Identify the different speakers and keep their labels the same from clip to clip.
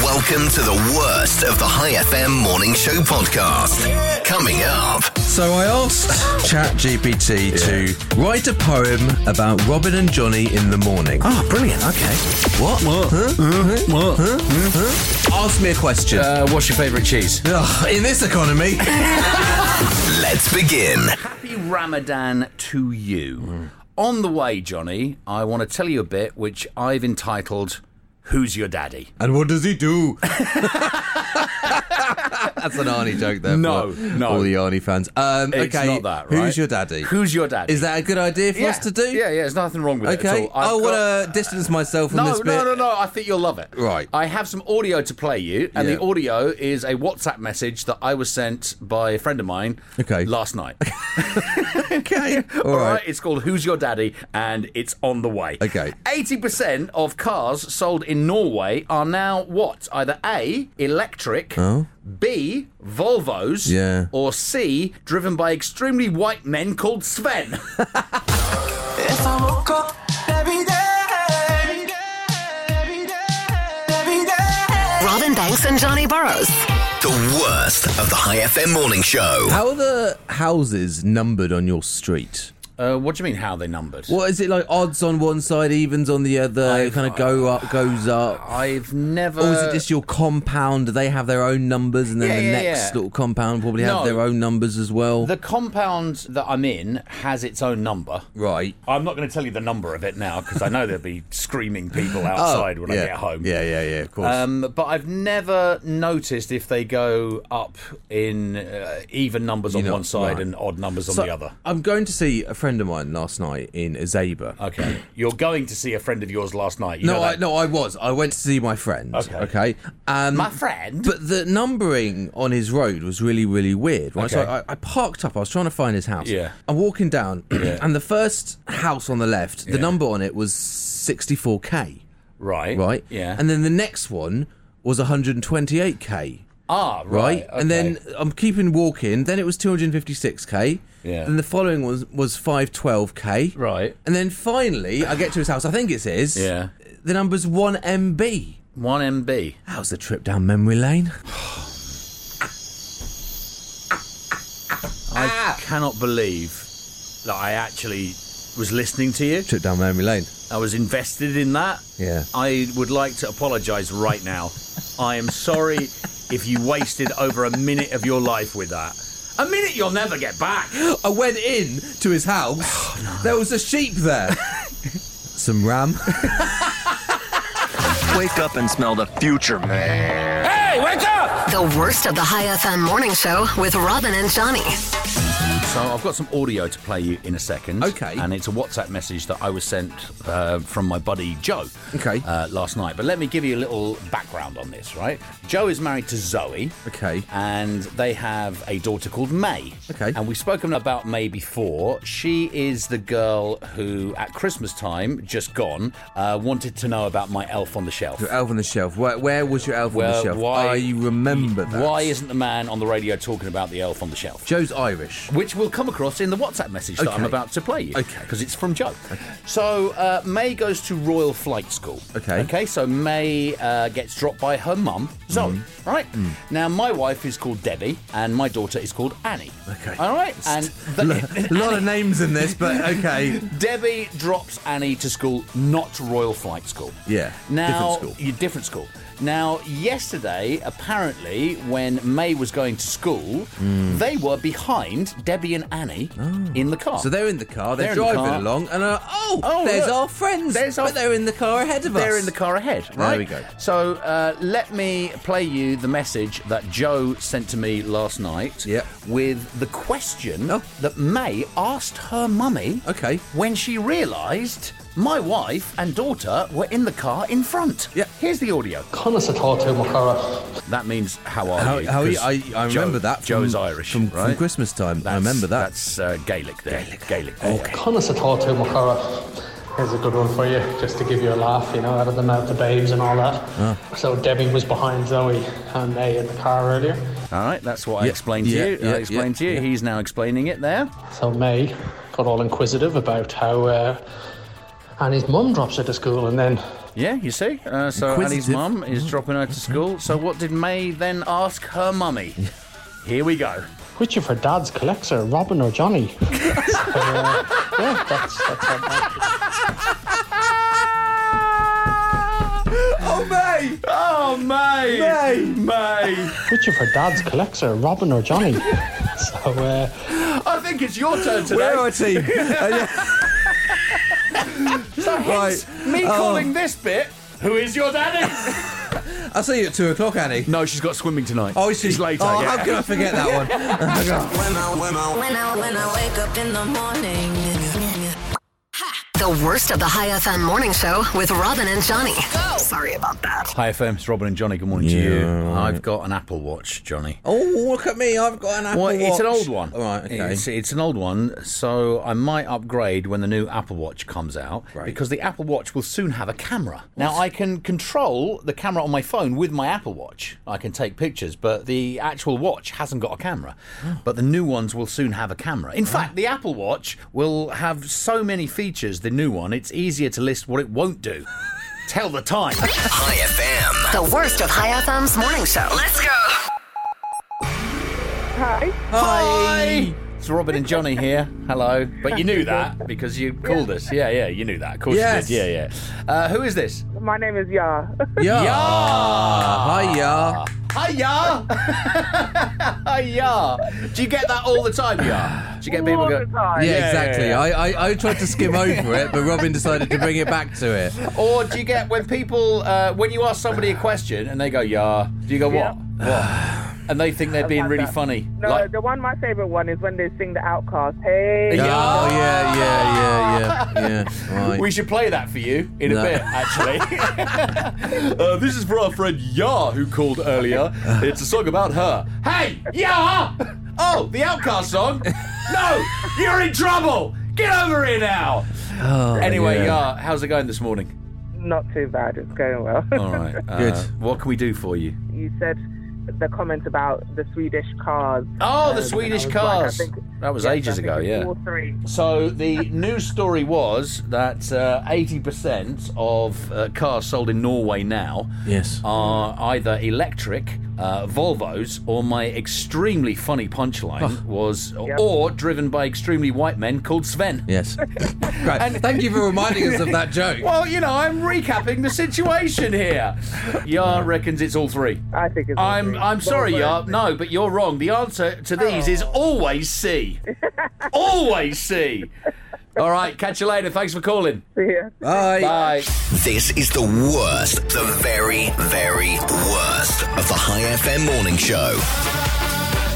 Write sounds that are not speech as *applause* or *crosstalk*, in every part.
Speaker 1: Welcome to the worst of the High FM Morning Show podcast. Coming up,
Speaker 2: So I asked ChatGPT to write a poem about Robin and Johnny in the morning.
Speaker 3: Oh, brilliant. Okay.
Speaker 2: What? What? Huh? Huh? Huh? Huh? Ask me a question.
Speaker 3: Uh, what's your favourite cheese?
Speaker 2: Ugh, in this economy.
Speaker 3: *laughs*
Speaker 1: let's begin.
Speaker 3: Happy Ramadan to you.
Speaker 2: Mm.
Speaker 3: On the way, Johnny, I want to tell you a bit which I've entitled Who's Your Daddy?
Speaker 2: and what does he
Speaker 3: *laughs*
Speaker 2: do? That's an Arnie joke there.
Speaker 3: No,
Speaker 2: for
Speaker 3: no.
Speaker 2: All the Arnie fans. Um,
Speaker 3: It's
Speaker 2: okay,
Speaker 3: not that, right?
Speaker 2: who's your daddy?
Speaker 3: Who's your daddy?
Speaker 2: Is that a good idea for
Speaker 3: yeah.
Speaker 2: us to do?
Speaker 3: Yeah, yeah, there's nothing wrong with it
Speaker 2: Okay. Oh,
Speaker 3: at all. I've
Speaker 2: I want
Speaker 3: got-
Speaker 2: to distance myself from
Speaker 3: No,
Speaker 2: this
Speaker 3: no,
Speaker 2: bit.
Speaker 3: no, no. I think you'll love it.
Speaker 2: Right.
Speaker 3: I have some audio to play you, and
Speaker 2: Yeah.
Speaker 3: the audio is a WhatsApp message that I was sent by a friend of mine
Speaker 2: Okay.
Speaker 3: last night.
Speaker 2: *laughs* Okay.
Speaker 3: *laughs* All right.
Speaker 2: right.
Speaker 3: it's called Who's Your Daddy, and it's on the way.
Speaker 2: Okay.
Speaker 3: 80% of cars sold in Norway are now what? Either A, electric, B, Volvos,
Speaker 2: Oh. Yeah.
Speaker 3: or C, driven by extremely white men
Speaker 2: *laughs*
Speaker 3: called Sven.
Speaker 4: If I woke up every day, every day, every day, every day.
Speaker 5: Robin Banks and Johnny Burrows.
Speaker 1: The worst of the High FM Morning Show.
Speaker 2: How are the houses numbered on your street?
Speaker 3: uh, what do you mean, how they numbered?
Speaker 2: What is it like? Odds on one side, evens on the other. it kind of go up, goes up.
Speaker 3: I've never.
Speaker 2: or Oh, is it just your compound? Do they have their own numbers, and then
Speaker 3: Uh, Yeah,
Speaker 2: the
Speaker 3: yeah,
Speaker 2: next
Speaker 3: yeah.
Speaker 2: little compound probably have
Speaker 3: No.
Speaker 2: their own numbers as well?
Speaker 3: The compound that I'm in has its own number.
Speaker 2: right.
Speaker 3: I'm not going to tell you the number of it now because I know there'll be *laughs* screaming people outside when
Speaker 2: Oh, yeah.
Speaker 3: I get home.
Speaker 2: Yeah, yeah, yeah. Of course.
Speaker 3: Oh. Um, but I've never noticed if they go up in uh, even numbers on
Speaker 2: know,
Speaker 3: one side
Speaker 2: right.
Speaker 3: and odd numbers on
Speaker 2: So,
Speaker 3: the other.
Speaker 2: I'm going to see a friend of mine last night in Azaba. *clears throat*
Speaker 3: Okay, you're going to see a friend of yours last night. Uh, You
Speaker 2: no,
Speaker 3: know
Speaker 2: I,
Speaker 3: that.
Speaker 2: no, I was. I went to see my friend.
Speaker 3: Okay.
Speaker 2: Okay. Um,
Speaker 3: My friend.
Speaker 2: But the numbering on his road was really, really weird. Right, so
Speaker 3: Okay.
Speaker 2: I, I parked up. I was trying to find his house.
Speaker 3: Yeah.
Speaker 2: I'm walking down,
Speaker 3: *clears throat* Yeah.
Speaker 2: and the first house on the left, the
Speaker 3: Yeah.
Speaker 2: number on it was 64k.
Speaker 3: right.
Speaker 2: Right.
Speaker 3: Yeah.
Speaker 2: And then the next one was 128k.
Speaker 3: ah,
Speaker 2: Right,
Speaker 3: right.
Speaker 2: and
Speaker 3: okay.
Speaker 2: then I'm keeping walking. Then it was 256k.
Speaker 3: Yeah.
Speaker 2: Then the following was was 512k.
Speaker 3: Right.
Speaker 2: And then finally, I get to his house. I think it's his.
Speaker 3: Yeah.
Speaker 2: The number's one MB.
Speaker 3: one MB.
Speaker 2: That was the trip down memory lane. *laughs* Ah!
Speaker 3: I cannot believe that I actually was listening to you.
Speaker 2: Trip down memory lane.
Speaker 3: I was invested in that.
Speaker 2: Yeah.
Speaker 3: I would like to apologise right now. I am sorry if you wasted over a minute of your life with that. A minute you'll never get back.
Speaker 2: I went in to his *sighs* house. There was a sheep there. Oh, *laughs* Some ram.
Speaker 6: Wake up and smell the future, man.
Speaker 5: The worst of the High FM morning show with Robin and Johnny.
Speaker 3: So I've got some audio to play you in a second.
Speaker 2: Okay.
Speaker 3: And it's a WhatsApp message that I was sent uh, from my buddy Joe.
Speaker 2: Okay.
Speaker 3: Uh, last night. But let me give you a little background on this, right? Joe is married to Zoe.
Speaker 2: Okay.
Speaker 3: And they have a daughter called May.
Speaker 2: Okay.
Speaker 3: And we've spoken about May before. She is the girl who, at Christmas time, just gone, uh, wanted to know about my elf on the shelf.
Speaker 2: Elf on the shelf. Where, where was your elf on
Speaker 3: Well,
Speaker 2: the shelf?
Speaker 3: why-
Speaker 2: I remember that.
Speaker 3: Why isn't the man on the radio talking about the elf on the shelf?
Speaker 2: Joe's Irish?
Speaker 3: which will come across in the WhatsApp message that I'm
Speaker 2: Okay.
Speaker 3: about to play you.
Speaker 2: Okay.
Speaker 3: Because it's from Joe. So uh, May goes to Royal Flight School.
Speaker 2: Okay.
Speaker 3: Okay, so May uh, gets dropped by her mum, Zoe,
Speaker 2: Mm.
Speaker 3: right? Now, my wife is called Debbie and my daughter is called Annie.
Speaker 2: Okay.
Speaker 3: All right? And
Speaker 2: *laughs* A
Speaker 3: the- *laughs*
Speaker 2: lot of names in this, but okay.
Speaker 3: Debbie drops Annie to school, not Royal Flight School.
Speaker 2: Yeah,
Speaker 3: Now,
Speaker 2: different school.
Speaker 3: you- different school. Now, yesterday, apparently, when May was going to school,
Speaker 2: Hmm.
Speaker 3: they were behind Debbie and Annie in the car.
Speaker 2: Oh. So they're in the car, they're,
Speaker 3: They're in the
Speaker 2: driving
Speaker 3: car.
Speaker 2: along, and uh, oh,
Speaker 3: Oh,
Speaker 2: there's
Speaker 3: look.
Speaker 2: our friends.
Speaker 3: There's our-
Speaker 2: But they're in the car ahead of us.
Speaker 3: They're in the car ahead,
Speaker 2: There
Speaker 3: right?
Speaker 2: we go.
Speaker 3: So uh, let me play you the message that Joe sent to me last night
Speaker 2: Yep.
Speaker 3: with the question
Speaker 2: Oh.
Speaker 3: that May asked her mummy
Speaker 2: Okay.
Speaker 3: when she realised my wife and daughter were in the car in front.
Speaker 2: Yeah.
Speaker 3: Here's the audio. That means, how are
Speaker 2: How,
Speaker 3: you?
Speaker 2: how are you?
Speaker 3: 'Cause
Speaker 2: I, I
Speaker 3: Joe-
Speaker 2: remember that.
Speaker 3: Joe
Speaker 2: from-
Speaker 3: is Irish,
Speaker 2: From,
Speaker 3: right?
Speaker 2: from Christmas time. I
Speaker 3: That's-
Speaker 2: remember that.
Speaker 3: That's uh, Gaelic there. Gaelic. there, yeah.
Speaker 7: Connors a Tattoo Macara. Here's a good one for you, just to give you a laugh, you know, out of the mouth of babes and all that. So Debbie was behind Zoe and May in the car earlier.
Speaker 3: All right, that's what I
Speaker 2: Yeah,
Speaker 3: explained
Speaker 2: yeah,
Speaker 3: to you.
Speaker 2: yeah,
Speaker 3: I explained
Speaker 2: yeah,
Speaker 3: to you.
Speaker 2: yeah.
Speaker 3: He's now explaining it there.
Speaker 7: So May got all inquisitive about how uh, Annie's mum drops her to school and then
Speaker 3: Yeah, you see? Uh, so Annie's
Speaker 2: Inquisitive.
Speaker 3: mum is dropping her to school. So what did May then ask her *laughs* mummy? Here we *laughs* go.
Speaker 7: Which of her dad's collects her, Robin or Johnny? So, uh, yeah, that's, that's her dad.
Speaker 2: Oh, mate!
Speaker 3: Oh, May!
Speaker 2: May!
Speaker 3: May!
Speaker 7: Which of her dad's collects her, Robin or Johnny? So, uh,
Speaker 3: I think it's your turn today.
Speaker 2: Where are
Speaker 3: *laughs*
Speaker 2: team? Uh,
Speaker 3: so hence, me calling this bit, who is your daddy?
Speaker 2: I'll see you at two o'clock, Annie.
Speaker 3: *laughs* no, she's got swimming tonight.
Speaker 2: Oh, she's
Speaker 3: later,
Speaker 2: Oh,
Speaker 3: yeah.
Speaker 2: how could I forget that
Speaker 3: *laughs*
Speaker 2: one?
Speaker 4: When I, when I,
Speaker 8: When I, when I wake up in the morning.
Speaker 5: The worst of the High FM morning show with Robin and Johnny. Sorry about that.
Speaker 3: Hi FM, it's Robin and Johnny. Good morning to you. I've got an Apple Watch, Johnny.
Speaker 2: Oh, look at me! I've got an Apple
Speaker 3: Well, it's an
Speaker 2: Watch.
Speaker 3: old one.
Speaker 2: All right, okay.
Speaker 3: It's, it's an old one, so I might upgrade when the new Apple Watch comes out because the Apple Watch will soon have a camera. Now, I can control the camera on my phone with my Apple Watch. I can take pictures, but the actual watch hasn't got a camera.
Speaker 2: Oh.
Speaker 3: But the new ones will soon have a camera. In fact, the Apple Watch will have so many features, the new one, it's easier to list what it won't
Speaker 2: *laughs*
Speaker 3: do. Tell the time.
Speaker 1: High FM.
Speaker 5: The worst of High FM's morning show. Let's go.
Speaker 9: Hi.
Speaker 3: Hi! It's Robin and Johnny here. Hello. But you knew that because you called us. Yeah, yeah, you knew that. Of course
Speaker 2: Yes.
Speaker 3: you did. Yeah, yeah. Uh, who is this?
Speaker 9: My name is Ya.
Speaker 2: yeah. Hi, yeah.
Speaker 3: Hiya! *laughs* Hiya! Do you get that all the time, yeah? Do you get people
Speaker 9: All the
Speaker 3: going,
Speaker 9: time.
Speaker 2: Yeah,
Speaker 3: yeah,
Speaker 2: exactly.
Speaker 3: yeah.
Speaker 2: I, I I tried to skim over it, but Robin decided to bring it back to it.
Speaker 3: or do you get when people, uh, when you ask somebody a question and they go, yeah, do you go, what? What? And they think they're being
Speaker 9: had
Speaker 3: really
Speaker 9: that.
Speaker 3: funny.
Speaker 9: No,
Speaker 3: Like,
Speaker 9: the one my favorite one is when they sing the Outcast. Hey.
Speaker 3: Yeah.
Speaker 2: Oh yeah, yeah, yeah, yeah, yeah. Right.
Speaker 3: we should play that for you in
Speaker 2: No.
Speaker 3: a bit, actually.
Speaker 2: *laughs*
Speaker 3: uh, this is for our friend Ya, who called earlier. It's a song about her. Hey, Ya! Oh, the Outcast song? No, you're in trouble. Get over here now. anyway,
Speaker 2: Oh, yeah.
Speaker 3: Ya, how's it going this morning?
Speaker 9: Not too bad. It's going well. *laughs*
Speaker 3: All right. Uh,
Speaker 2: Good.
Speaker 3: What can we do for you?
Speaker 9: you said the comment about the Swedish cars.
Speaker 3: Oh, the
Speaker 9: Um,
Speaker 3: Swedish
Speaker 9: and I was like, I
Speaker 3: cars.
Speaker 9: think-
Speaker 3: that was
Speaker 9: yes, I
Speaker 3: ages
Speaker 9: think
Speaker 3: ago,
Speaker 9: it's
Speaker 3: yeah.
Speaker 9: All three.
Speaker 3: So the news story was that uh, 80% of uh, cars sold in Norway now
Speaker 2: Yes.
Speaker 3: are either electric uh, Volvos or my extremely funny punchline was or driven by extremely white men called Sven.
Speaker 2: Yes. Great. Thank you for reminding us of that
Speaker 3: *laughs*
Speaker 2: joke.
Speaker 3: Well, you know, I'm recapping the situation here. Yar reckons it's all three.
Speaker 9: I think it's. all
Speaker 3: I'm
Speaker 9: three.
Speaker 3: I'm sorry,
Speaker 9: Well,
Speaker 3: Yar. No, but you're wrong. The answer to these is always C. always C. All right, catch you later. Thanks for calling.
Speaker 9: Yeah.
Speaker 2: Bye.
Speaker 3: Bye.
Speaker 1: This is the worst, the very, very worst of the High FM morning show.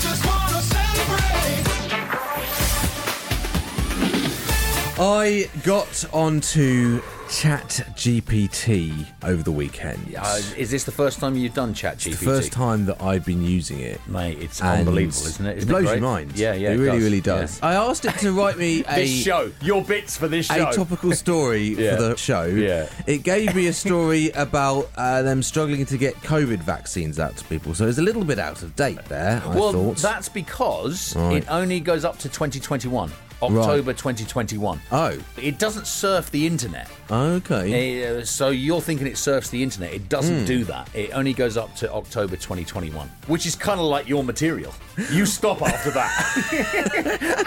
Speaker 4: just wanna celebrate.
Speaker 2: I got onto ChatGPT over the weekend.
Speaker 3: Uh, is this the first time you've done ChatGPT?
Speaker 2: It's the first time that I've been using it.
Speaker 3: Mate, it's
Speaker 2: and
Speaker 3: unbelievable, isn't it? Isn't
Speaker 2: blows
Speaker 3: great?
Speaker 2: your mind.
Speaker 3: Yeah, yeah.
Speaker 2: It, really,
Speaker 3: does.
Speaker 2: really does. I asked it to write me
Speaker 3: Yeah. *laughs* This
Speaker 2: a,
Speaker 3: show, your bits for this show.
Speaker 2: a topical story
Speaker 3: *laughs* Yeah.
Speaker 2: for the show.
Speaker 3: Yeah.
Speaker 2: It gave me a story *laughs* about uh, them struggling to get COVID vaccines out to people. So it's a little bit out of date there, I
Speaker 3: well,
Speaker 2: thought.
Speaker 3: that's because
Speaker 2: Right.
Speaker 3: it only goes up to 2021, October 2021.
Speaker 2: Oh,
Speaker 3: It doesn't surf the internet.
Speaker 2: okay.
Speaker 3: Uh, so you're thinking it surfs the internet. It
Speaker 2: Hmm.
Speaker 3: doesn't do that. It only goes up to October 2021, which is kind of like your material. You stop after that.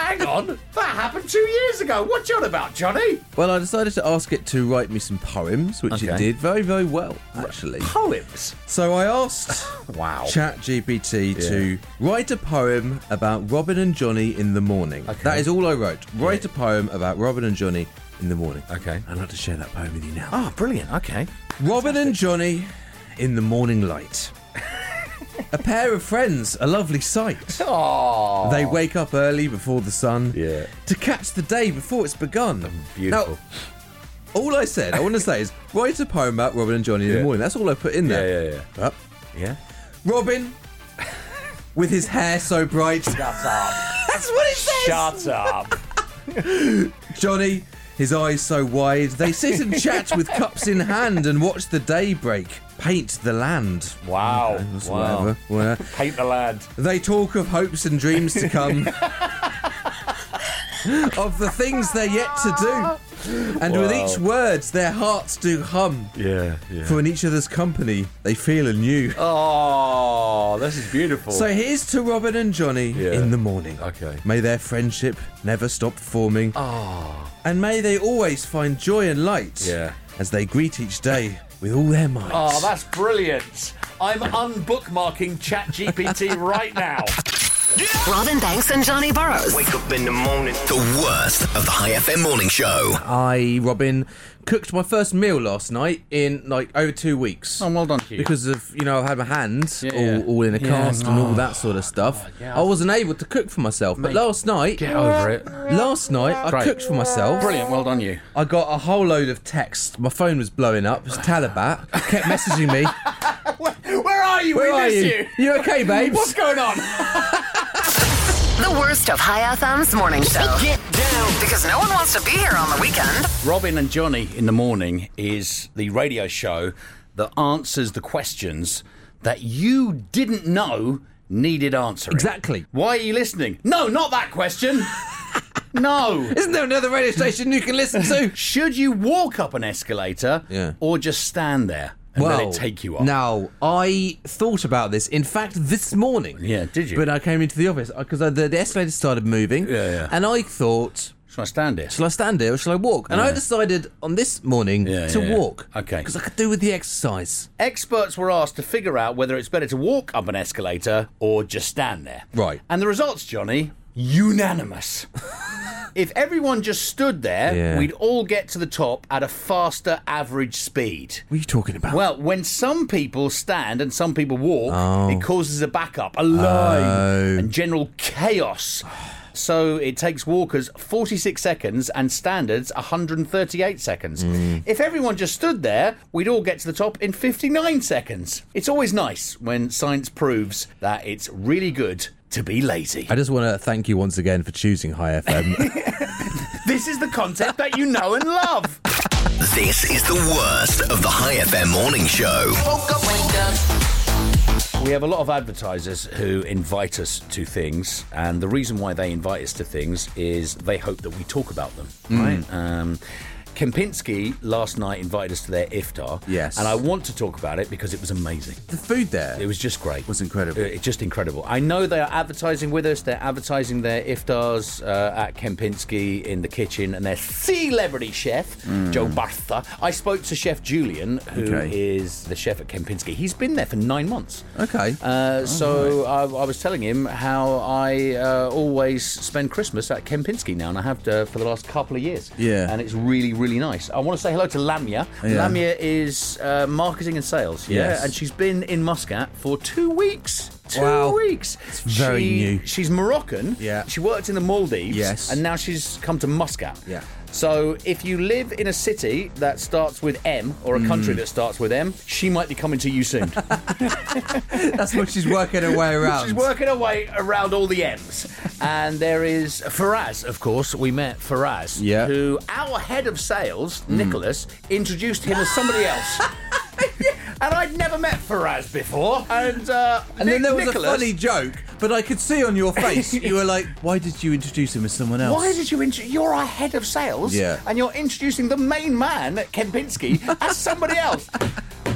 Speaker 3: *laughs* Hang on, that happened two years ago. What you on about, Johnny?
Speaker 2: Well, I decided to ask it to write me some poems, which it
Speaker 3: Okay.
Speaker 2: did very, very well, actually.
Speaker 3: Poems.
Speaker 2: So I asked
Speaker 3: Wow.
Speaker 2: ChatGPT to write a poem about Robin and Johnny in the morning. That is all I wrote. Write a poem about Robin and Johnny in the morning.
Speaker 3: Okay.
Speaker 2: I'd like to share that poem with you now.
Speaker 3: Oh, brilliant. Okay.
Speaker 2: Robin and Johnny in the morning light. a pair of friends, a lovely sight.
Speaker 3: Oh,
Speaker 2: They wake up early before the sun
Speaker 3: Yeah. Oh,
Speaker 2: to catch the day before it's begun.
Speaker 3: beautiful.
Speaker 2: Now, all I said, I want to say, is write a poem about Robin and Johnny in the
Speaker 3: Yeah.
Speaker 2: morning. That's all I put in there.
Speaker 3: Yeah, yeah, yeah.
Speaker 2: But
Speaker 3: yeah.
Speaker 2: Robin, with his hair so bright.
Speaker 3: Shut up.
Speaker 2: That's what it says.
Speaker 3: Shut up.
Speaker 2: Johnny, his eyes so wide. They sit and chat with cups in hand and watch the day break, paint the land.
Speaker 3: Wow.
Speaker 2: That's
Speaker 3: wow.
Speaker 2: Whatever. Where
Speaker 3: Paint the land.
Speaker 2: they talk of hopes and
Speaker 3: *laughs*
Speaker 2: dreams to come, of the things they're yet to do. And with each words, their hearts do hum.
Speaker 3: Yeah, yeah.
Speaker 2: For in each other's company, they feel anew.
Speaker 3: Oh, this is beautiful.
Speaker 2: So here's to Robin and Johnny
Speaker 3: Yeah.
Speaker 2: in the morning.
Speaker 3: Okay.
Speaker 2: May their friendship never stop forming. And may they always find joy and light
Speaker 3: Ah. Yeah.
Speaker 2: as they greet each day with all their might.
Speaker 3: oh, that's brilliant. I'm unbookmarking ChatGPT right now.
Speaker 5: Robin Banks and Johnny Burrows.
Speaker 1: Wake up in the morning. The worst of the High FM morning show.
Speaker 2: I, Robin, cooked my first meal last night in like over two weeks.
Speaker 3: Oh, well done to you.
Speaker 2: because of you know I've had my hands
Speaker 3: Yeah,
Speaker 2: all,
Speaker 3: yeah.
Speaker 2: all in a
Speaker 3: Yeah,
Speaker 2: cast and all
Speaker 3: no.
Speaker 2: that sort of stuff.
Speaker 3: yeah.
Speaker 2: I wasn't able to cook for myself, but
Speaker 3: Mate,
Speaker 2: last night,
Speaker 3: Get over it.
Speaker 2: last night I
Speaker 3: Great.
Speaker 2: cooked for myself.
Speaker 3: Brilliant, well done you.
Speaker 2: I got a whole load of texts. My phone was blowing up. It was Talabat. kept messaging
Speaker 3: *laughs*
Speaker 2: me.
Speaker 3: Where are you?
Speaker 2: Where
Speaker 3: we
Speaker 2: are
Speaker 3: miss
Speaker 2: you? You okay, babes?
Speaker 3: What's going on?
Speaker 5: The worst of High FM's morning show.
Speaker 1: Get down.
Speaker 5: Because no one wants to be here on the weekend.
Speaker 3: Robin and Johnny in the morning is the radio show that answers the questions that you didn't know needed answering.
Speaker 2: Exactly.
Speaker 3: Why are you listening? No, not
Speaker 2: *laughs*
Speaker 3: that question. no.
Speaker 2: Isn't there another radio station you can
Speaker 3: *laughs*
Speaker 2: listen to?
Speaker 3: Should you walk up an escalator
Speaker 2: Yeah.
Speaker 3: or just stand there and let it take you up?
Speaker 2: Now, I thought about this. In fact, this morning.
Speaker 3: Yeah, did you?
Speaker 2: When I came into the office, because the, the escalator started moving.
Speaker 3: Yeah, yeah.
Speaker 2: And I thought,
Speaker 3: Should I stand here?
Speaker 2: shall I stand here or shall I walk? And I decided on this morning
Speaker 3: Yeah,
Speaker 2: to
Speaker 3: yeah, yeah.
Speaker 2: walk.
Speaker 3: Okay.
Speaker 2: Because I could do with the exercise.
Speaker 3: Experts were asked to figure out whether it's better to walk up an escalator or just stand there.
Speaker 2: Right.
Speaker 3: And the results, Johnny,
Speaker 2: *laughs*
Speaker 3: unanimous. if everyone just stood there,
Speaker 2: Yeah.
Speaker 3: we'd all get to the top at a faster average speed.
Speaker 2: What are you talking about?
Speaker 3: Well, when some people stand and some people walk, it causes a backup, a line, and general chaos. So it takes walkers 46 seconds and standards 138 seconds. If everyone just stood there, we'd all get to the top in 59 seconds. It's always nice when science proves that it's really good to be lazy.
Speaker 2: I just want to thank you once again for choosing High
Speaker 3: *laughs*
Speaker 2: FM.
Speaker 3: This is the concept that you know and love.
Speaker 1: This is the worst of the High FM morning show.
Speaker 3: We have a lot of advertisers who invite us to things, and the reason why they invite us to things is they hope that we talk about them.
Speaker 2: Mm.
Speaker 3: Right? Um, Kempinski last night invited us to their iftar.
Speaker 2: Yes.
Speaker 3: and I want to talk about it because it was amazing.
Speaker 2: *laughs* the food there.
Speaker 3: It was just great. It
Speaker 2: was incredible.
Speaker 3: It's just incredible. I know they are advertising with us. They're advertising their iftars uh, at Kempinski in the kitchen, and their celebrity chef Joe Bartha. I spoke to Chef Julian, who is
Speaker 2: Mm. Okay.
Speaker 3: the chef at Kempinski. He's been there for nine months.
Speaker 2: Okay.
Speaker 3: Uh, so I, I was telling him how I uh, always spend Christmas at Kempinski now, and I have uh, for the last couple of years.
Speaker 2: Yeah.
Speaker 3: and it's really, really nice. I want to say hello to Lamia.
Speaker 2: Yeah.
Speaker 3: Lamia is uh, marketing and sales. Yeah,
Speaker 2: Yes.
Speaker 3: and she's been in Muscat for two weeks. Two
Speaker 2: Wow.
Speaker 3: weeks. It's
Speaker 2: very new.
Speaker 3: She's Moroccan.
Speaker 2: Yeah.
Speaker 3: She worked in the Maldives.
Speaker 2: Yes.
Speaker 3: And now she's come to Muscat.
Speaker 2: Yeah.
Speaker 3: So if you live in a city that starts with M or a country
Speaker 2: Mm.
Speaker 3: that starts with M, she might be coming to you soon.
Speaker 2: *laughs* That's what she's working her way around.
Speaker 3: *laughs* She's working her way around all the M's. and there is Faraz, of course. We met Faraz,
Speaker 2: Yeah.
Speaker 3: who our head of sales, Nicholas, introduced him as
Speaker 2: *laughs*
Speaker 3: somebody else. And I'd never met Faraz before. And, uh,
Speaker 2: And then
Speaker 3: Nic-
Speaker 2: there was
Speaker 3: Nicholas,
Speaker 2: a funny joke, but I could see on
Speaker 3: *laughs*
Speaker 2: your face you were like, "Why did you introduce him as someone else?"
Speaker 3: Why did you introduce? You're our head of sales,
Speaker 2: Yeah.
Speaker 3: and you're introducing the main man, Kempinski, as somebody
Speaker 2: *laughs*
Speaker 3: else.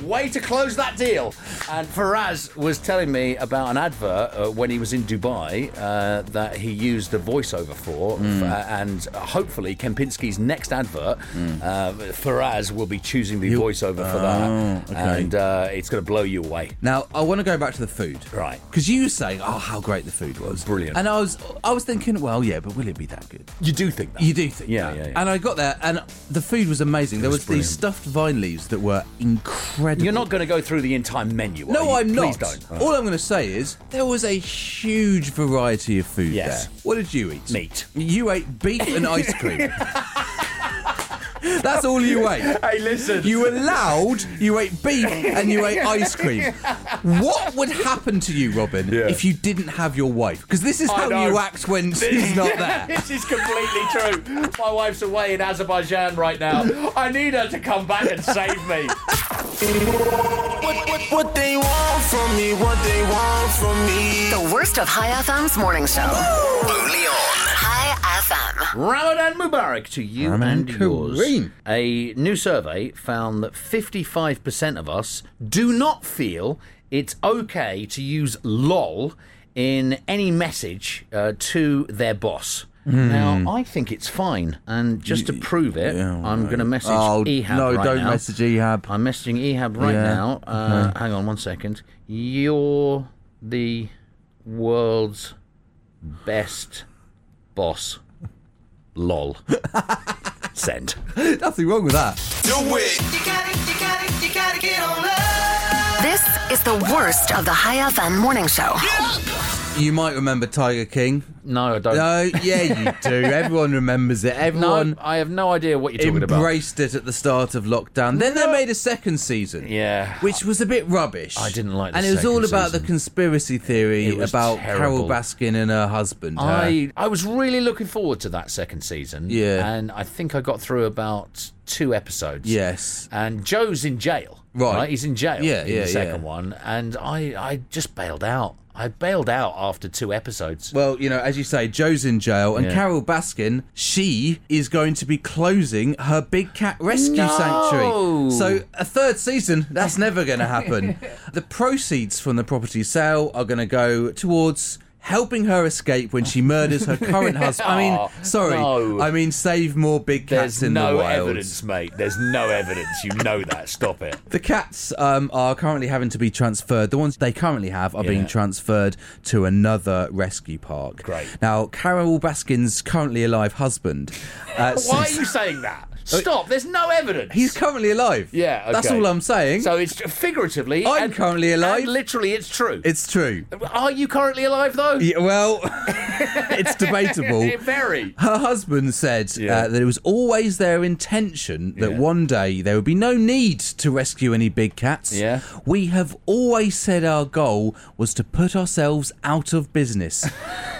Speaker 3: Way to close that deal. And Faraz was telling me about an advert uh, when he was in Dubai uh, that he used a voiceover for,
Speaker 2: Hmm.
Speaker 3: f- uh, and hopefully Kempinski's next advert,
Speaker 2: Hmm.
Speaker 3: uh, Faraz will be choosing the voiceover for that,
Speaker 2: Oh, okay.
Speaker 3: and uh, it's going to blow you away.
Speaker 2: Now I want to go back to the food,
Speaker 3: Right.
Speaker 2: Because you were saying, "Oh, how great the food was,
Speaker 3: Brilliant.
Speaker 2: and I was, I was thinking, "Well, yeah, but will it be that good?"
Speaker 3: You do think that?
Speaker 2: You do think,
Speaker 3: Yeah,
Speaker 2: that.
Speaker 3: yeah, yeah.
Speaker 2: And I got there, and the food was amazing. there
Speaker 3: was
Speaker 2: was, these stuffed vine leaves that were incredible.
Speaker 3: You're not going to go through the entire menu. are
Speaker 2: No,
Speaker 3: you?
Speaker 2: I'm not. Oh.
Speaker 3: Please don't.
Speaker 2: All I'm going to say is there was a huge variety of food
Speaker 3: Yes.
Speaker 2: there. What did you eat?
Speaker 3: Meat.
Speaker 2: You ate beef and ice cream. That's all you ate.
Speaker 3: Hey, listen.
Speaker 2: You were loud, you ate beef, and you ate ice cream. What would happen to you, Robin,
Speaker 3: Yeah.
Speaker 2: if you didn't have your wife? Because this is
Speaker 3: I
Speaker 2: how
Speaker 3: know.
Speaker 2: you act when she's
Speaker 3: *laughs*
Speaker 2: not there.
Speaker 3: this is completely true. My wife's away in Azerbaijan right now. I need her to come back and save me.
Speaker 4: What, what, what they want from me, what they want from me.
Speaker 5: The worst of High FM's morning show.
Speaker 1: Only on
Speaker 5: High FM.
Speaker 3: Ramadan Mubarak to you
Speaker 2: Ramadan
Speaker 3: and yours.
Speaker 2: Kareem.
Speaker 3: A new survey found that 55% of us do not feel it's okay to use lol in any message uh, to their boss.
Speaker 2: Hmm.
Speaker 3: Now, I think it's fine. And just to prove it, I'm going to message
Speaker 2: Oh,
Speaker 3: Ehab
Speaker 2: no,
Speaker 3: right
Speaker 2: don't
Speaker 3: now.
Speaker 2: message Ehab.
Speaker 3: I'm messaging Ehab right
Speaker 2: Yeah,
Speaker 3: now. Uh, Hang on one second. You're the world's best boss.
Speaker 2: *laughs*
Speaker 3: Lol. Send.
Speaker 2: Nothing wrong with that.
Speaker 4: Do it. You gotta, you gotta, you gotta get on up.
Speaker 5: This is the worst of the High FM morning show.
Speaker 2: You might remember Tiger King.
Speaker 3: No, I don't.
Speaker 2: No, yeah,
Speaker 3: *laughs*
Speaker 2: you do. Everyone remembers it. Everyone
Speaker 3: Oh. No, I have no idea what you're talking about.
Speaker 2: embraced it at the start of lockdown. Then they made a second season.
Speaker 3: Yeah.
Speaker 2: Which was a bit rubbish.
Speaker 3: I didn't like the
Speaker 2: And it was
Speaker 3: second
Speaker 2: all about the
Speaker 3: season.
Speaker 2: conspiracy theory
Speaker 3: It was
Speaker 2: about Carol
Speaker 3: terrible.
Speaker 2: Baskin and her husband. her-
Speaker 3: I I was really looking forward to that second season.
Speaker 2: Yeah.
Speaker 3: And I think I got through about two episodes.
Speaker 2: Yes.
Speaker 3: And Joe's in jail.
Speaker 2: Right.
Speaker 3: He's in jail
Speaker 2: Yeah,
Speaker 3: in
Speaker 2: yeah,
Speaker 3: the second
Speaker 2: yeah.
Speaker 3: one. And I, I just bailed out. I bailed out after two episodes.
Speaker 2: Well, you know, as you say, Joe's in jail, and
Speaker 3: Yeah.
Speaker 2: Carol Baskin, she is going to be closing her Big Cat Rescue
Speaker 3: No!
Speaker 2: Sanctuary. So, a third season, that's never going to
Speaker 3: *laughs*
Speaker 2: happen. the proceeds from the property sale are going to go towards helping her escape when she murders her
Speaker 3: *laughs*
Speaker 2: current husband. I
Speaker 3: Oh,
Speaker 2: mean, sorry,
Speaker 3: no.
Speaker 2: I mean, save more big cats
Speaker 3: There's
Speaker 2: in
Speaker 3: no
Speaker 2: the wild.
Speaker 3: evidence, mate. There's no evidence. You know that.
Speaker 2: *laughs*
Speaker 3: Stop it.
Speaker 2: The cats um, are currently having to be transferred. The ones they currently have are being
Speaker 3: Yeah.
Speaker 2: transferred to another rescue park.
Speaker 3: Great.
Speaker 2: Now, Carol Baskin's currently alive
Speaker 3: *laughs*
Speaker 2: husband. Uh,
Speaker 3: Why are
Speaker 2: says-
Speaker 3: you saying that? Stop. There's no evidence.
Speaker 2: Oh, He's currently alive.
Speaker 3: Yeah, okay.
Speaker 2: That's all I'm saying.
Speaker 3: So it's figuratively.
Speaker 2: I'm
Speaker 3: and-
Speaker 2: currently alive.
Speaker 3: and literally, it's true.
Speaker 2: it's true.
Speaker 3: Are you currently alive though?
Speaker 2: Yeah, well, *laughs* it's
Speaker 3: *laughs*
Speaker 2: debatable.
Speaker 3: Very.
Speaker 2: Her husband said uh,
Speaker 3: Yeah.
Speaker 2: that it was always their intention that
Speaker 3: Yeah.
Speaker 2: one day there would be no need to rescue any big cats.
Speaker 3: Yeah.
Speaker 2: We have always said our goal was to put ourselves out of
Speaker 3: *laughs*
Speaker 2: business,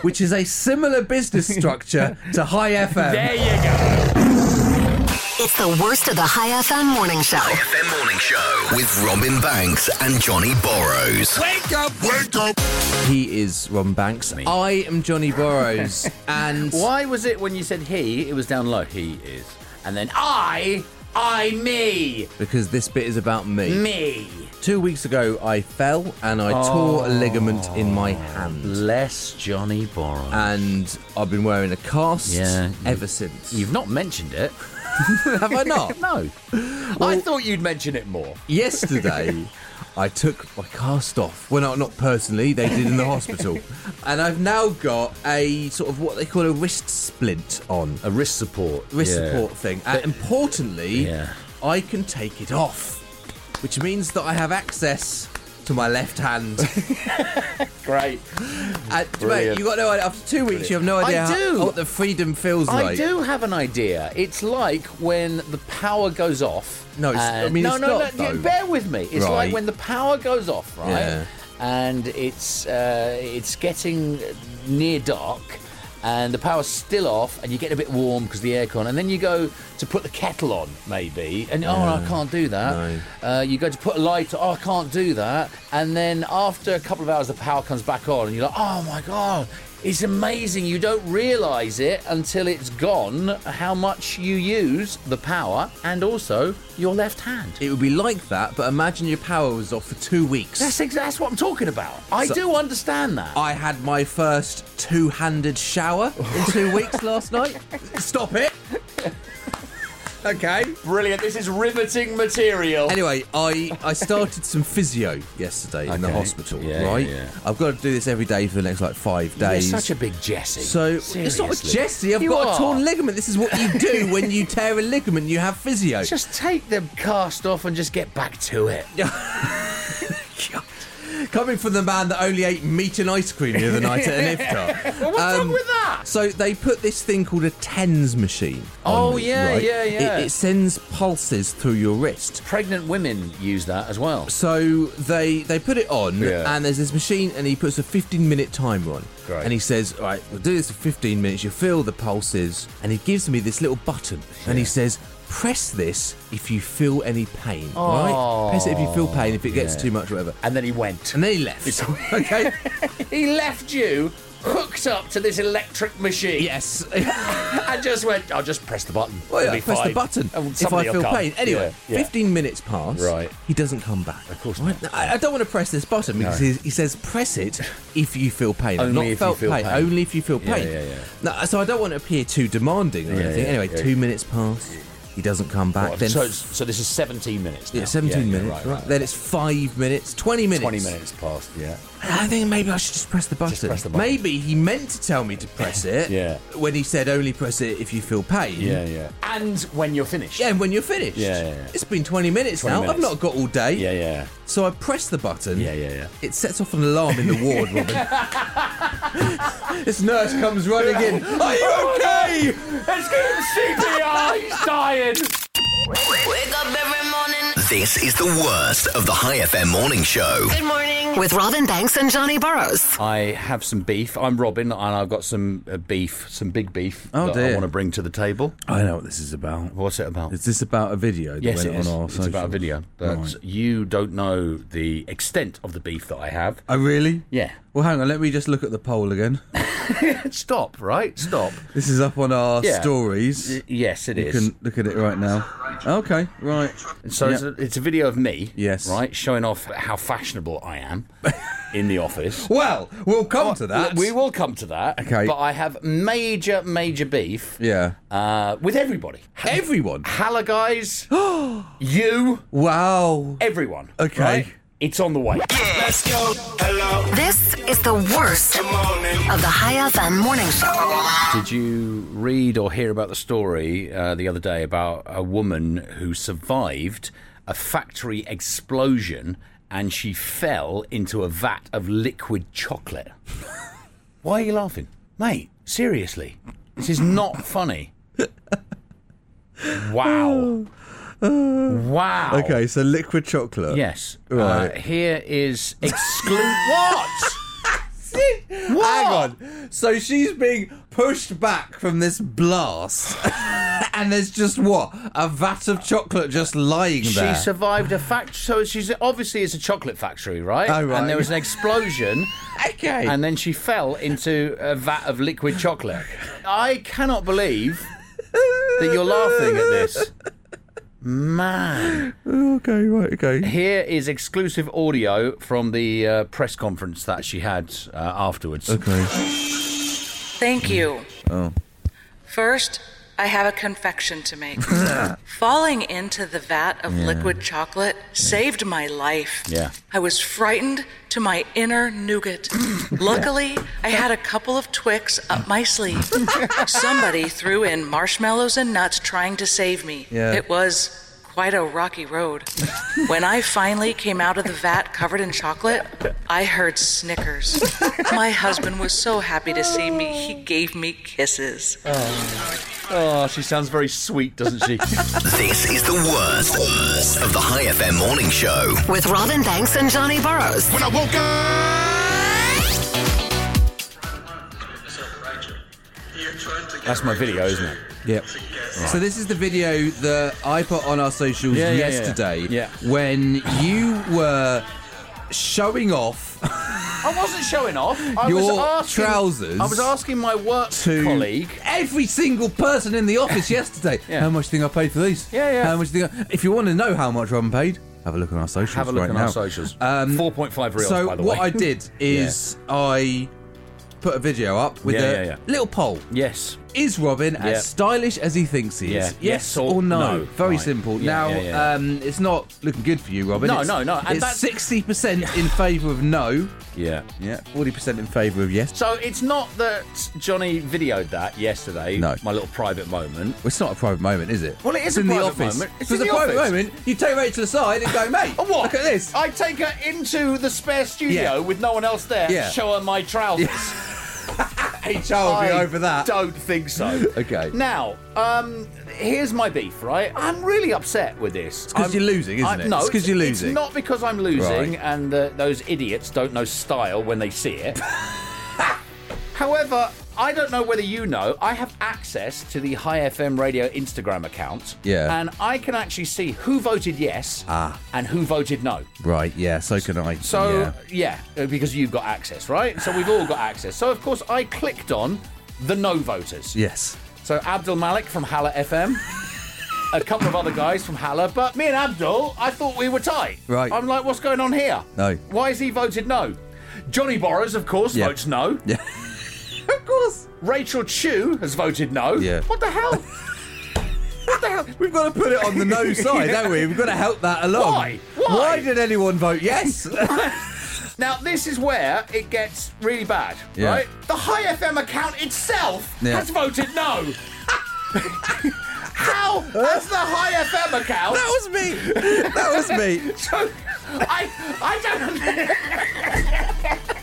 Speaker 2: which is a similar business structure to High
Speaker 3: *laughs*
Speaker 2: FM.
Speaker 3: There you go.
Speaker 5: It's the worst of the High FM morning show.
Speaker 1: FM Morning Show with Robin Banks and Johnny Borrows. Wake up, wake up.
Speaker 2: He is Ron Banks. I am Johnny
Speaker 3: *laughs*
Speaker 2: Burrows. and
Speaker 3: Why was it when you said he, it was down low? He is. And then I, I, me,
Speaker 2: because this bit is about me.
Speaker 3: me.
Speaker 2: Two weeks ago, I fell and I tore a ligament in my
Speaker 3: Oh.
Speaker 2: hand.
Speaker 3: Less Johnny Borrow.
Speaker 2: and I've been wearing a cast
Speaker 3: Yeah,
Speaker 2: ever since.
Speaker 3: You've not mentioned it.
Speaker 2: Have I
Speaker 3: *laughs*
Speaker 2: not?
Speaker 3: No. I thought you'd mention it more.
Speaker 2: Yesterday, I took my cast off. Well, not, not personally, they did in the hospital. And I've now got a sort of what they call a wrist splint on,
Speaker 3: A wrist support.
Speaker 2: wrist support thing. And importantly,
Speaker 3: Yeah.
Speaker 2: I can take it off, which means that I have access to my left
Speaker 3: *laughs*
Speaker 2: hand.
Speaker 3: Great.
Speaker 2: And, mate,
Speaker 3: Brilliant.
Speaker 2: you got no idea. After two weeks, you have no
Speaker 3: I
Speaker 2: idea how-
Speaker 3: do.
Speaker 2: what the freedom feels
Speaker 3: I
Speaker 2: like.
Speaker 3: do have an idea. It's like when the power goes off.
Speaker 2: No, it's- I
Speaker 3: and-
Speaker 2: mean,
Speaker 3: no,
Speaker 2: it's
Speaker 3: no,
Speaker 2: not,
Speaker 3: no. yeah,
Speaker 2: though.
Speaker 3: Bear with me. It's
Speaker 2: Right.
Speaker 3: like when the power goes off, right?
Speaker 2: Yeah.
Speaker 3: And it's uh, it's getting near dark, and the power's still off, and you get a bit warm because the aircon, and then you go to put the kettle on, maybe, and oh, no, I can't do that. Uh, you go to put a light. Oh, I can't do that. And then after a couple of hours, the power comes back on, and you're like, oh my god. It's amazing. You don't realise it until it's gone how much you use the power and also your left hand.
Speaker 2: It would be like that, but imagine your power was off for two weeks.
Speaker 3: That's ex- that's what I'm talking about. I do understand that.
Speaker 2: I had my first two-handed shower in
Speaker 3: *laughs*
Speaker 2: two weeks last night. Stop it. okay.
Speaker 3: Brilliant. This is riveting material.
Speaker 2: Anyway, I, I started some physio yesterday in the
Speaker 3: Okay.
Speaker 2: hospital,
Speaker 3: Yeah,
Speaker 2: right?
Speaker 3: yeah, yeah.
Speaker 2: I've got to do this every day for the next like five
Speaker 3: You're
Speaker 2: days.
Speaker 3: such a big Jesse.
Speaker 2: so it's not a Jesse. I've got a torn ligament. This is what you do when you tear a ligament. You have physio.
Speaker 3: Just take the cast off and just get back to it.
Speaker 2: Coming from the man that only ate meat and ice cream the other night at an
Speaker 3: *laughs*
Speaker 2: iftar. Um,
Speaker 3: Well, what's wrong with that?
Speaker 2: So they put this thing called a TENS machine. on
Speaker 3: Oh,
Speaker 2: me,
Speaker 3: yeah,
Speaker 2: right?
Speaker 3: yeah, yeah.
Speaker 2: It, it sends pulses through your wrist.
Speaker 3: Pregnant women use that as well.
Speaker 2: So they they put it on,
Speaker 3: Yeah.
Speaker 2: and there's this machine, and he puts a 15 minute timer on,
Speaker 3: Great.
Speaker 2: and he says, "All right, we'll do this for 15 minutes. You'll feel the pulses." And he gives me this little button, and he says. Press this if you feel any pain, right? Press it if you feel pain, if it gets too much, whatever. *laughs*
Speaker 3: And then he went.
Speaker 2: And then he left. okay.
Speaker 3: He left you hooked up to this electric
Speaker 2: *laughs*
Speaker 3: machine.
Speaker 2: Yes.
Speaker 3: I just went. I'll just press the button.
Speaker 2: Well,
Speaker 3: It'll
Speaker 2: yeah,
Speaker 3: be
Speaker 2: press the
Speaker 3: fine.
Speaker 2: button
Speaker 3: And
Speaker 2: if I
Speaker 3: somebody will
Speaker 2: feel
Speaker 3: come.
Speaker 2: pain. Anyway,
Speaker 3: Yeah, yeah.
Speaker 2: 15 minutes pass.
Speaker 3: Right.
Speaker 2: He doesn't come back. Of
Speaker 3: course not.
Speaker 2: I, I don't want to press this button because he, he says press it if you feel pain. I've
Speaker 3: Only
Speaker 2: not
Speaker 3: if you
Speaker 2: felt
Speaker 3: feel pain.
Speaker 2: Only if you feel
Speaker 3: Yeah,
Speaker 2: pain.
Speaker 3: yeah, yeah.
Speaker 2: No, so I don't want to appear too demanding or
Speaker 3: Yeah,
Speaker 2: anything.
Speaker 3: yeah,
Speaker 2: anyway,
Speaker 3: yeah.
Speaker 2: two minutes pass. He doesn't come back.
Speaker 3: Right,
Speaker 2: then
Speaker 3: so, so this is 17 minutes. now.
Speaker 2: yeah, 17
Speaker 3: yeah,
Speaker 2: minutes.
Speaker 3: Right, right.
Speaker 2: Then it's five minutes. 20 minutes.
Speaker 3: 20 minutes past. Yeah.
Speaker 2: I think maybe I should just press the button.
Speaker 3: press the button.
Speaker 2: Maybe he meant to tell me to
Speaker 3: *laughs*
Speaker 2: press it.
Speaker 3: Yeah.
Speaker 2: When he said only press it if you feel pain.
Speaker 3: Yeah, yeah. And when you're finished.
Speaker 2: Yeah, and when you're finished.
Speaker 3: Yeah, yeah, yeah.
Speaker 2: It's been 20 minutes
Speaker 3: 20
Speaker 2: now. I've
Speaker 3: minutes.
Speaker 2: not got all day.
Speaker 3: Yeah, yeah.
Speaker 2: So I press the button.
Speaker 3: Yeah, yeah, yeah.
Speaker 2: It sets off an alarm in the ward,
Speaker 3: *laughs*
Speaker 2: Robin. *laughs* this nurse comes running
Speaker 3: *laughs*
Speaker 2: in. Are you okay?
Speaker 3: Let's give him CPR. Ah, He's dying.
Speaker 8: Wake up every morning.
Speaker 1: This is the worst of the High FM morning show.
Speaker 8: Good morning.
Speaker 5: With Robin Banks and Johnny Burrows.
Speaker 3: I have some beef. I'm Robin, and I've got some uh, beef, some big beef
Speaker 2: Oh,
Speaker 3: that I
Speaker 2: dear.
Speaker 3: want to bring to the table.
Speaker 2: I know what this is about.
Speaker 3: What's it about?
Speaker 2: Is this about a video that
Speaker 3: yes,
Speaker 2: went
Speaker 3: it is.
Speaker 2: on our
Speaker 3: It's about a
Speaker 2: socials?
Speaker 3: video, but
Speaker 2: Right.
Speaker 3: you don't know the extent of the beef that I have.
Speaker 2: Oh, really?
Speaker 3: Yeah.
Speaker 2: Well, hang on. Let me just look at the poll
Speaker 3: *laughs*
Speaker 2: again.
Speaker 3: Stop. Right. Stop.
Speaker 2: This is up on our
Speaker 3: Yeah.
Speaker 2: stories.
Speaker 3: Y- yes, it
Speaker 2: You
Speaker 3: is.
Speaker 2: can look at it right now. Okay, right.
Speaker 3: So it's, a, it's a video of me.
Speaker 2: Yes.
Speaker 3: Right, showing off how fashionable I
Speaker 2: *laughs*
Speaker 3: am in the office.
Speaker 2: Well, we'll come to that.
Speaker 3: Oh, We will come to that.
Speaker 2: Okay.
Speaker 3: But I have major, major beef.
Speaker 2: Yeah.
Speaker 3: Uh, with everybody.
Speaker 2: Everyone. *gasps*
Speaker 3: Halla guys, you,
Speaker 2: Wow.
Speaker 3: everyone.
Speaker 2: Okay.
Speaker 3: right? It's on the way.
Speaker 4: Let's go. Hello.
Speaker 5: This is the worst
Speaker 4: Good morning.
Speaker 5: of the High FM Morning Show.
Speaker 3: Did you read or hear about the story uh, the other day about a woman who survived a factory explosion and she fell into a vat of liquid
Speaker 2: *laughs*
Speaker 3: chocolate? Why are you laughing? Mate, seriously. This is not funny. Wow. Wow.
Speaker 2: Okay, so liquid chocolate.
Speaker 3: Yes.
Speaker 2: Right.
Speaker 3: Uh, here is exclude. *laughs* what?
Speaker 2: *laughs* Hang on. So she's being pushed back from this blast, *laughs* and there's just what a vat of chocolate just lying there.
Speaker 3: She survived a fact. So she's obviously it's a chocolate factory, right?
Speaker 2: Oh, right.
Speaker 3: And there was
Speaker 2: *laughs*
Speaker 3: an explosion,
Speaker 2: okay.
Speaker 3: and then she fell into a vat of liquid chocolate. I cannot believe that you're laughing at this. Man,
Speaker 2: *laughs* okay, right, okay.
Speaker 3: here is exclusive audio from the uh, press conference that she had uh, afterwards.
Speaker 2: Okay.
Speaker 10: Thank you. Oh. First, I have a confection to make. Falling into the vat of liquid chocolate saved my life.
Speaker 3: Yeah.
Speaker 10: I was frightened to my inner nougat. Luckily, I had a couple of Twix up my sleeve. Somebody threw in marshmallows and nuts trying to save me.
Speaker 2: Yeah.
Speaker 10: It was quite a rocky road. when I finally came out of the vat covered in chocolate, I heard snickers. My husband was so happy to see me, he gave me kisses.
Speaker 3: Oh, she sounds very sweet, doesn't
Speaker 2: *laughs*
Speaker 3: she?
Speaker 1: This is the worst of the High FM morning show.
Speaker 5: With Robin Banks and Johnny Burrows.
Speaker 1: When I woke up.
Speaker 3: That's my video, isn't it?
Speaker 2: Yep. So this is the video that I put on our socials
Speaker 3: Yeah, yeah, yeah.
Speaker 2: yesterday
Speaker 3: Yeah.
Speaker 2: when you were showing off
Speaker 3: I wasn't showing off. I was
Speaker 2: Your
Speaker 3: asking,
Speaker 2: trousers
Speaker 3: I was asking my work
Speaker 2: to
Speaker 3: colleague.
Speaker 2: every single person in the office yesterday.
Speaker 3: *laughs* Yeah.
Speaker 2: How much do you think I paid for these?
Speaker 3: Yeah, yeah.
Speaker 2: How much do you think? I, if you want to know how much I'm paid, have a look on our socials.
Speaker 3: Have a look
Speaker 2: right
Speaker 3: on
Speaker 2: now.
Speaker 3: our socials.
Speaker 2: Um,
Speaker 3: Four point five reels,
Speaker 2: so
Speaker 3: by the
Speaker 2: what
Speaker 3: way.
Speaker 2: I did is I put a video up with
Speaker 3: Yeah,
Speaker 2: a
Speaker 3: yeah, yeah.
Speaker 2: little poll.
Speaker 3: *laughs* yes.
Speaker 2: Is Robin
Speaker 3: Yeah.
Speaker 2: as stylish as he thinks he
Speaker 3: Yeah.
Speaker 2: is? Yes,
Speaker 3: Yes
Speaker 2: or,
Speaker 3: or
Speaker 2: no?
Speaker 3: no.
Speaker 2: Very
Speaker 3: Right.
Speaker 2: simple.
Speaker 3: Yeah,
Speaker 2: now,
Speaker 3: yeah, yeah.
Speaker 2: Um, it's not looking good for you, Robin.
Speaker 3: No,
Speaker 2: It's-
Speaker 3: no, no, and
Speaker 2: it's
Speaker 3: that's-
Speaker 2: sixty percent in favour of no.
Speaker 3: Yeah.
Speaker 2: Yeah, forty percent in favour of yes.
Speaker 3: So it's not that Johnny videoed that yesterday.
Speaker 2: No.
Speaker 3: My little private moment.
Speaker 2: Well, it's not a private moment, is it?
Speaker 3: Well, it is
Speaker 2: It's
Speaker 3: a
Speaker 2: in the
Speaker 3: private
Speaker 2: office.
Speaker 3: moment. It's
Speaker 2: If
Speaker 3: in
Speaker 2: a
Speaker 3: the
Speaker 2: private
Speaker 3: office.
Speaker 2: moment. You take Rachel to the side and
Speaker 3: *laughs*
Speaker 2: go, mate.
Speaker 3: Oh, what?
Speaker 2: Look at this.
Speaker 3: I take her into the spare studio
Speaker 2: Yeah.
Speaker 3: with no one else there.
Speaker 2: Yeah.
Speaker 3: Show her my trousers.
Speaker 2: *laughs* HR will be
Speaker 3: I
Speaker 2: over that.
Speaker 3: Don't think so.
Speaker 2: *laughs* Okay.
Speaker 3: Now, um, here's my beef, right? I'm really upset with this. It's
Speaker 2: 'cause you're losing, isn't it?
Speaker 3: No,
Speaker 2: It's 'cause you're losing.
Speaker 3: It's not because I'm losing,
Speaker 2: Right. *laughs*
Speaker 3: and uh, those idiots don't know style when they see it. However, I don't know whether you know, I have access to the High FM Radio Instagram account.
Speaker 2: Yeah.
Speaker 3: And I can actually see who voted yes
Speaker 2: Ah.
Speaker 3: and who voted no.
Speaker 2: Right, yeah, so can I.
Speaker 3: So, yeah. uh, because you've got access, right? So we've all got access. So, of course, I clicked on the no voters.
Speaker 2: yeah. Yes.
Speaker 3: So, Abdul Malik from Hala FM. A couple of other guys from Hala, but me and Abdul, I thought we were tight.
Speaker 2: Right.
Speaker 3: I'm like, what's going on here?
Speaker 2: No.
Speaker 3: Why has he voted no? Johnny Borrows, of course,
Speaker 2: Yeah.
Speaker 3: votes no.
Speaker 2: Yeah.
Speaker 3: *laughs* Of course. Rachel Chu has voted no.
Speaker 2: Yeah.
Speaker 3: What the
Speaker 2: *laughs*
Speaker 3: hell? what the hell?
Speaker 2: We've got to put it on the
Speaker 3: *laughs*
Speaker 2: no side, haven't we? We've got to help that along.
Speaker 3: Why? Why?
Speaker 2: did anyone vote
Speaker 3: *laughs*
Speaker 2: yes? *laughs*
Speaker 3: Now, this is where it gets really bad,
Speaker 2: Yeah.
Speaker 3: right? The High FM account itself
Speaker 2: Yeah.
Speaker 3: has voted no. *laughs* How has the High FM account?
Speaker 2: that was me. That was
Speaker 3: *laughs*
Speaker 2: me.
Speaker 3: So, *laughs* I, I don't.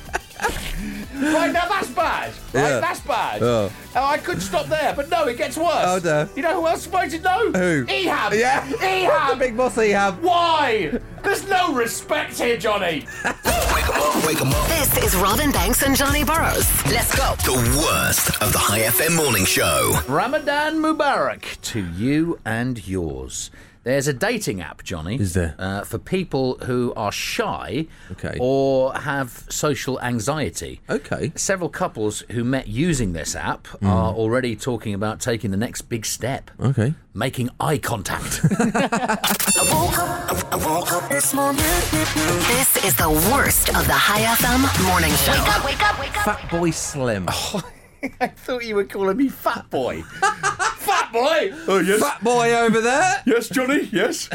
Speaker 3: *laughs* right now, that's bad. Right,
Speaker 2: Yeah.
Speaker 3: that's bad.
Speaker 2: Oh.
Speaker 3: Uh, I could stop there, but no, it gets worse.
Speaker 2: Oh, no.
Speaker 3: You know who else voted no?
Speaker 2: Who?
Speaker 3: Ehab.
Speaker 2: Yeah.
Speaker 3: Ehab.
Speaker 2: The big boss Ehab.
Speaker 3: Why? There's no respect here, Johnny.
Speaker 1: Wake 'em up, wake 'em up.
Speaker 5: This is Robin Banks and Johnny Burrows. Let's go.
Speaker 1: The worst of the High FM morning show.
Speaker 3: Ramadan Mubarak to you and yours. There's a dating app, Johnny.
Speaker 2: Is there?
Speaker 3: Uh, for people who are shy
Speaker 2: Okay.
Speaker 3: or have social anxiety.
Speaker 2: Okay.
Speaker 3: Several couples who met using this app are already talking about taking the next big step.
Speaker 2: Okay.
Speaker 3: Making eye *laughs* contact.
Speaker 5: This is the worst of the High FM morning show.
Speaker 8: Wake up, wake up.
Speaker 2: Fat Boy
Speaker 3: *laughs*
Speaker 2: Slim.
Speaker 3: Oh, I thought you were calling me fat *laughs* boy. fat boy! Oh, yes.
Speaker 2: Fat Boy over there.
Speaker 3: yes, Johnny, yes.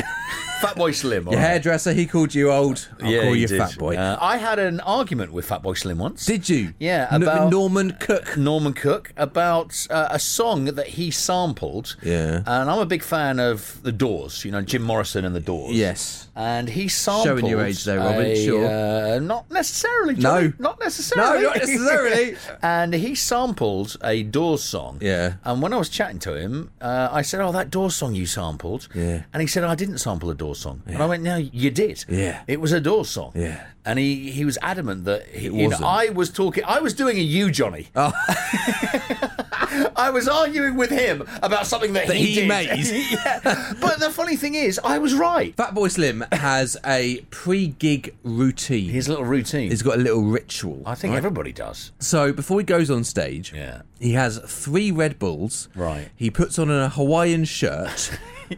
Speaker 3: fat boy slim. all
Speaker 2: Your
Speaker 3: right.
Speaker 2: hairdresser, he called you old. I'll
Speaker 3: Yeah,
Speaker 2: call
Speaker 3: he
Speaker 2: you
Speaker 3: did.
Speaker 2: Fat Boy.
Speaker 3: Uh, I had an argument with Fatboy Slim once.
Speaker 2: did you?
Speaker 3: Yeah,
Speaker 2: N-
Speaker 3: about-
Speaker 2: Norman Cook.
Speaker 3: Norman Cook about uh, a song that he sampled.
Speaker 2: Yeah.
Speaker 3: And I'm a big fan of The Doors, you know, Jim Morrison and The Doors.
Speaker 2: Yes.
Speaker 3: And he sampled.
Speaker 2: your age there, Robin,
Speaker 3: a,
Speaker 2: sure.
Speaker 3: Uh, not necessarily.
Speaker 2: No.
Speaker 3: Johnny, Not necessarily.
Speaker 2: No, not necessarily.
Speaker 3: *laughs*
Speaker 2: *laughs*
Speaker 3: and he sampled a Doors song.
Speaker 2: Yeah.
Speaker 3: And when I was chatting to him, uh, I said, Oh, that Doors song you sampled.
Speaker 2: Yeah.
Speaker 3: And he said, I didn't sample a Doors song. And I went, No, you did.
Speaker 2: Yeah.
Speaker 3: It was a Doors song.
Speaker 2: Yeah.
Speaker 3: And he, he was adamant that he, you know,
Speaker 2: wasn't.
Speaker 3: I was talking, I was doing a you, Johnny.
Speaker 2: Oh.
Speaker 3: *laughs* I was arguing with him about something that,
Speaker 2: That he
Speaker 3: did.
Speaker 2: made.
Speaker 3: *laughs* yeah. But the funny thing is, I was right.
Speaker 2: Fat Boy Slim has a pre-gig routine.
Speaker 3: His little routine.
Speaker 2: He's got a little ritual.
Speaker 3: I think everybody does. *laughs*
Speaker 2: So before he goes on stage,
Speaker 3: Yeah.
Speaker 2: he has three Red Bulls.
Speaker 3: Right.
Speaker 2: He puts on a Hawaiian
Speaker 3: *laughs*
Speaker 2: shirt,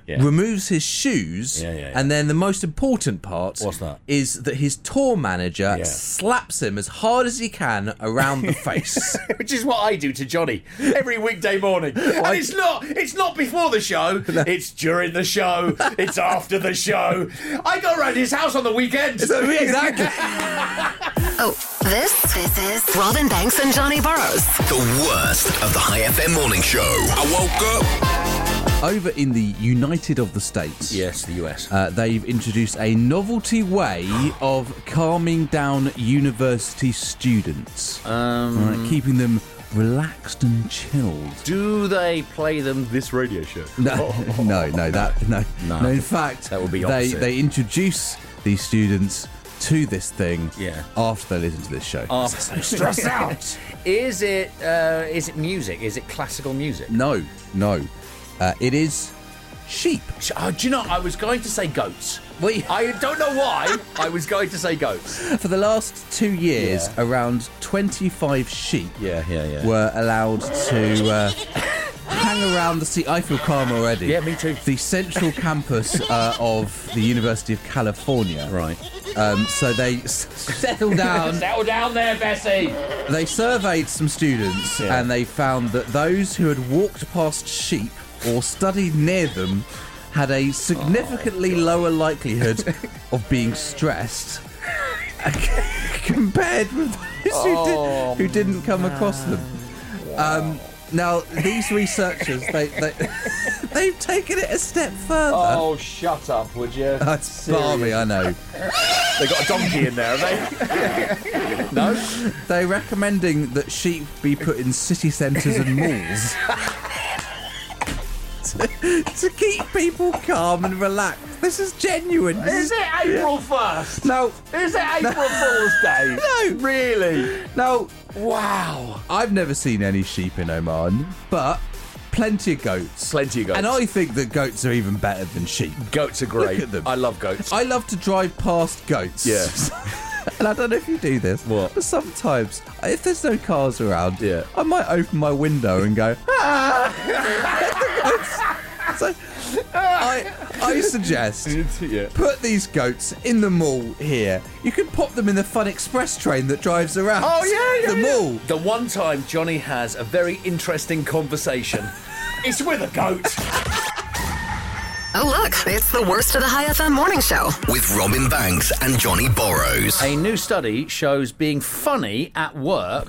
Speaker 2: removes his shoes,
Speaker 3: Yeah, yeah, yeah.
Speaker 2: and then the most important part
Speaker 3: What's that?
Speaker 2: is that his tour manager
Speaker 3: Yeah.
Speaker 2: slaps him as hard as he can around
Speaker 3: *laughs*
Speaker 2: the face.
Speaker 3: Which is what I do to Johnny every weekday
Speaker 2: *laughs*
Speaker 3: morning. And it's not it's not before the show, it's during
Speaker 2: *laughs*
Speaker 3: the show, it's after the show. I go around his house on the weekend.
Speaker 2: exactly. *laughs*
Speaker 5: Oh, this? This is Robin Banks and Johnny Burrows.
Speaker 1: The worst of the High FM morning show. I woke up.
Speaker 2: Over in the United of the States.
Speaker 3: *laughs* Yes, the US.
Speaker 2: Uh, they've introduced a novelty way of calming down university students, um, keeping them relaxed and chilled. *laughs*
Speaker 3: do they play them this radio show? *laughs*
Speaker 2: No, no, no, that no,
Speaker 3: No.
Speaker 2: no. in fact,
Speaker 3: That would be
Speaker 2: they
Speaker 3: opposite.
Speaker 2: they introduce these students to this thing
Speaker 3: Yeah. Oh.
Speaker 2: after they listen to this show.
Speaker 3: *laughs* After.
Speaker 2: stress out.
Speaker 3: Is it uh, is it music? Is it classical music?
Speaker 2: No, no, uh, it is sheep.
Speaker 3: Oh, do you know? I was going to say goats.
Speaker 2: We-
Speaker 3: I don't know why. I was going to say goats.
Speaker 2: For the last two years,
Speaker 3: Yeah.
Speaker 2: around twenty-five sheep
Speaker 3: Yeah, yeah, yeah.
Speaker 2: were allowed to uh, hang around the sea. I feel calm already.
Speaker 3: Yeah, me too.
Speaker 2: The central campus uh, of the University of California.
Speaker 3: Right.
Speaker 2: Um, so they s- settled down.
Speaker 3: Settle down there, Bessie.
Speaker 2: They surveyed some students
Speaker 3: Yeah.
Speaker 2: and they found that those who had walked past sheep or studied near them had a
Speaker 3: Oh,
Speaker 2: significantly lower likelihood
Speaker 3: *laughs*
Speaker 2: of being stressed *laughs* compared with those
Speaker 3: Oh,
Speaker 2: who, did, who didn't come across them. Um, now, these researchers, they, they, *laughs* they've taken it a step further.
Speaker 3: Oh, shut up, would you?
Speaker 2: That's balmy, I know.
Speaker 3: They got a donkey in there, have they? *laughs* no.
Speaker 2: They're recommending that sheep be put in city centres and malls. to keep people calm and relaxed. This is genuine.
Speaker 4: Is it April 1st?
Speaker 2: No.
Speaker 4: Is it April Fool's Day?
Speaker 2: *laughs* No.
Speaker 4: Really?
Speaker 2: No.
Speaker 4: Wow.
Speaker 2: I've never seen any sheep in Oman, but plenty of goats.
Speaker 4: Plenty of goats.
Speaker 2: And I think that goats are even better than sheep.
Speaker 4: Goats are great.
Speaker 2: Look at them.
Speaker 4: I love goats.
Speaker 2: I love to drive past goats.
Speaker 4: Yeah.
Speaker 2: *laughs* and I don't know if you do this,
Speaker 4: What?
Speaker 2: but sometimes if there's no cars around,
Speaker 4: Yeah.
Speaker 2: I might open my window and go. *laughs* "Ah." so I, I
Speaker 4: *laughs*
Speaker 2: suggest
Speaker 4: yeah.
Speaker 2: put these goats in the mall here. You can pop them in the Fun Express train that drives around.
Speaker 4: Oh, yeah, yeah,
Speaker 2: the
Speaker 4: yeah.
Speaker 2: mall.
Speaker 3: The one time Johnny has a very interesting conversation.
Speaker 4: *laughs* It's with a goat.
Speaker 5: Oh, look, it's the worst of the High FM morning show.
Speaker 1: With Robin Banks and Johnny Borrows.
Speaker 3: A new study shows being funny
Speaker 2: *laughs*
Speaker 3: at work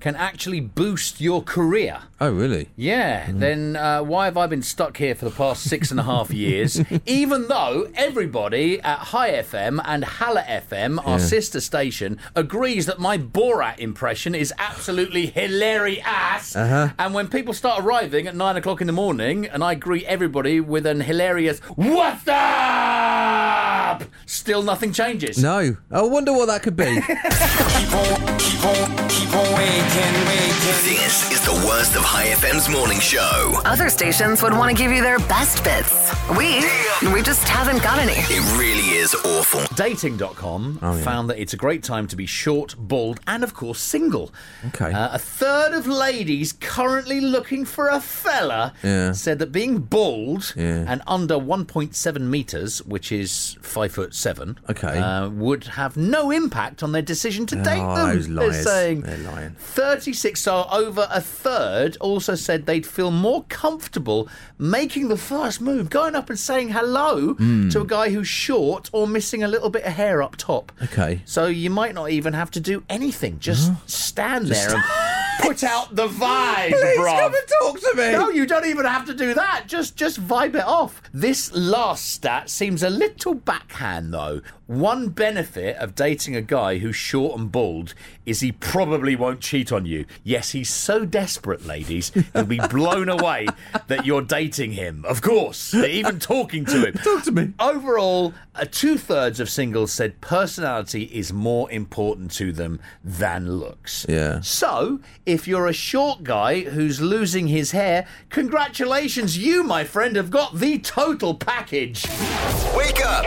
Speaker 3: can actually boost your career.
Speaker 2: Oh really?
Speaker 3: Yeah, then uh, why have I been stuck here for the past six and a half years, even though everybody at High FM and Hala FM, our sister station, agrees that my Borat impression is absolutely hilarious? And when people start arriving at nine o'clock in the morning and I greet everybody with an hilarious, What's up? Still nothing changes.
Speaker 2: No. I wonder what that could
Speaker 4: *laughs*
Speaker 2: be.
Speaker 4: Keep on, keep on, keep on waking, waking.
Speaker 1: This is the worst of High FM's morning show.
Speaker 5: Other stations would want to give you their best bits. We, we just haven't got any.
Speaker 1: It really is awful.
Speaker 3: Dating.com
Speaker 2: Oh,
Speaker 3: found that it's a great time to be short, bald, and of course single.
Speaker 2: Okay.
Speaker 3: Uh, a third of ladies currently looking for a fella
Speaker 2: Yeah.
Speaker 3: said that being bald
Speaker 2: Yeah.
Speaker 3: and under 1.7 meters, which is five foot seven,
Speaker 2: Okay.
Speaker 3: uh, would have no impact on their decision to date
Speaker 2: Oh,
Speaker 3: them.
Speaker 2: those
Speaker 3: They're
Speaker 2: liars.
Speaker 3: saying
Speaker 2: They're lying.
Speaker 3: 36, so over a third, also said they'd feel more comfortable making the first move, going up and saying hello
Speaker 2: Hmm.
Speaker 3: to a guy who's short or missing a little bit of hair up top.
Speaker 2: Okay.
Speaker 3: So you might not even have to do anything. Just stand there and put out the
Speaker 2: *laughs*
Speaker 3: vibe,
Speaker 2: Please
Speaker 3: bruv.
Speaker 2: come and talk to me.
Speaker 3: No, you don't even have to do that. Just just vibe it off. This last stat seems a little backhand though. One benefit of dating a guy who's short and bald is he probably won't cheat on you. Yes, he's so desperate, ladies, he'll be blown away that you're dating him. Of course. Even talking to him.
Speaker 2: Talk to me.
Speaker 3: Overall, uh, two thirds of singles said personality is more important to them than looks.
Speaker 2: Yeah.
Speaker 3: So, if you're a short guy who's losing his hair, congratulations, you, my friend, have got the total package.
Speaker 1: Wake up!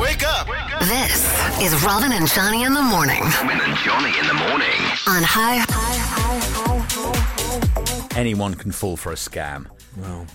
Speaker 1: Wake up!
Speaker 5: This is Robin and Johnny in the morning
Speaker 6: Robin and Johnny in the morning.
Speaker 5: on High.
Speaker 3: Anyone can fall for a scam.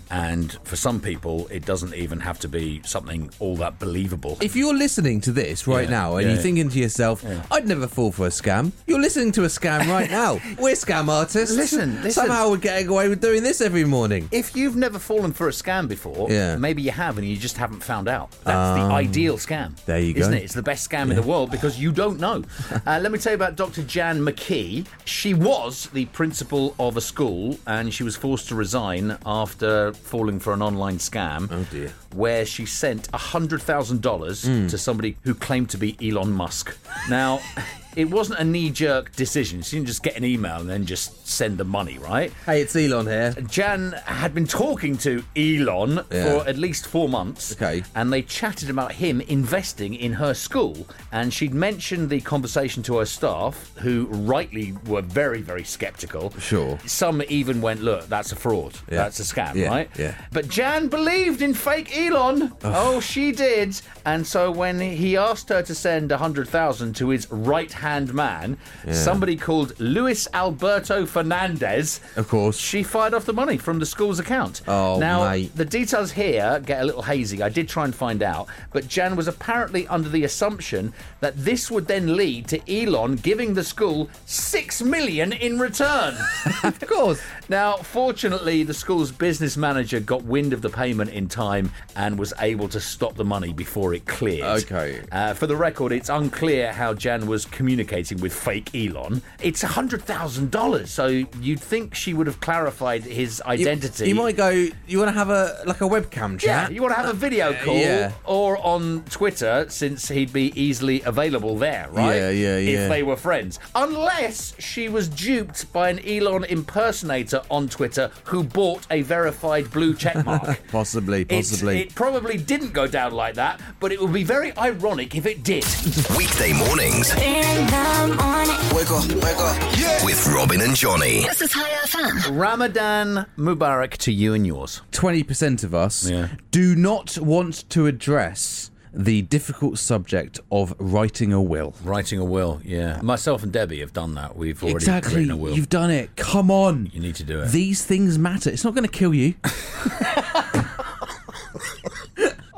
Speaker 3: And for some people, it doesn't even have to be something all that believable.
Speaker 2: If you're listening to this right
Speaker 3: Yeah,
Speaker 2: now and
Speaker 3: yeah,
Speaker 2: you're
Speaker 3: yeah.
Speaker 2: thinking to yourself, I'd never fall for a scam, you're listening to a scam right
Speaker 3: *laughs*
Speaker 2: now. We're scam artists.
Speaker 3: Listen, listen.
Speaker 2: Somehow we're getting away with doing this every morning.
Speaker 3: if you've never fallen for a scam before,
Speaker 2: Yeah. Um,
Speaker 3: maybe you have and you just haven't found out. That's the ideal scam.
Speaker 2: there you
Speaker 3: Isn't
Speaker 2: go.
Speaker 3: it? It's the best scam in the world because you don't
Speaker 2: *laughs*
Speaker 3: know. uh, let me tell you about Dr. Jan McKee. She was the principal of a school and she was forced to resign after falling for an online scam. Oh,
Speaker 2: dear. Hmm.
Speaker 3: Where she sent $100,000 to somebody who claimed to be Elon Musk. Now. *laughs* It wasn't a knee jerk decision. She didn't just get an email and then just send the money, right?
Speaker 2: Hey, it's Elon here.
Speaker 3: Jan had been talking to Elon
Speaker 2: Yeah.
Speaker 3: for at least four months.
Speaker 2: Okay.
Speaker 3: And they chatted about him investing in her school. And she'd mentioned the conversation to her staff, who rightly were very, very skeptical.
Speaker 2: Sure.
Speaker 3: Some even went, look, that's a fraud. That's a scam,
Speaker 2: Yeah,
Speaker 3: right?
Speaker 2: yeah.
Speaker 3: But Jan believed in fake Elon. Oh, she did. And so when he asked her to send 100,000 to his right hand man, somebody called Luis Alberto Fernandez.
Speaker 2: Of course.
Speaker 3: She fired off the money from the school's account.
Speaker 2: Oh,
Speaker 3: now,
Speaker 2: mate.
Speaker 3: the details here get a little hazy. I did try and find out, but Jan was apparently under the assumption that this would then lead to Elon giving the school six million in return.
Speaker 2: *laughs* Of course.
Speaker 3: Now, fortunately, the school's business manager got wind of the payment in time and was able to stop the money before it cleared.
Speaker 2: Okay.
Speaker 3: Uh, for the record, it's unclear how Jan was communicating with fake Elon, it's $100,000. So you'd think she would have clarified his identity.
Speaker 2: You might go. You want to have a like a webcam
Speaker 3: Yeah,
Speaker 2: chat?
Speaker 3: you want to have a video
Speaker 2: Yeah,
Speaker 3: call
Speaker 2: yeah.
Speaker 3: or on Twitter since he'd be easily available there, right?
Speaker 2: Yeah, yeah, yeah.
Speaker 3: If they were friends. Unless she was duped by an Elon impersonator on Twitter who bought a verified
Speaker 2: *laughs*
Speaker 3: blue checkmark.
Speaker 2: Possibly,
Speaker 3: It's-
Speaker 2: possibly.
Speaker 3: It probably didn't go down like that, but it would be very ironic if it did.
Speaker 1: Weekday mornings
Speaker 4: Wake up, wake up.
Speaker 1: with Robin and Johnny.
Speaker 5: This is High FM.
Speaker 3: Ramadan Mubarak to you and yours.
Speaker 2: 20% of us
Speaker 3: Yeah.
Speaker 2: do not want to address the difficult subject of writing a will.
Speaker 3: Writing a will, yeah. Myself and Debbie have done that. We've already
Speaker 2: Exactly.
Speaker 3: written a will.
Speaker 2: You've done it. Come on.
Speaker 3: You need to do it.
Speaker 2: These things matter. It's not going to kill
Speaker 3: *laughs*
Speaker 2: you.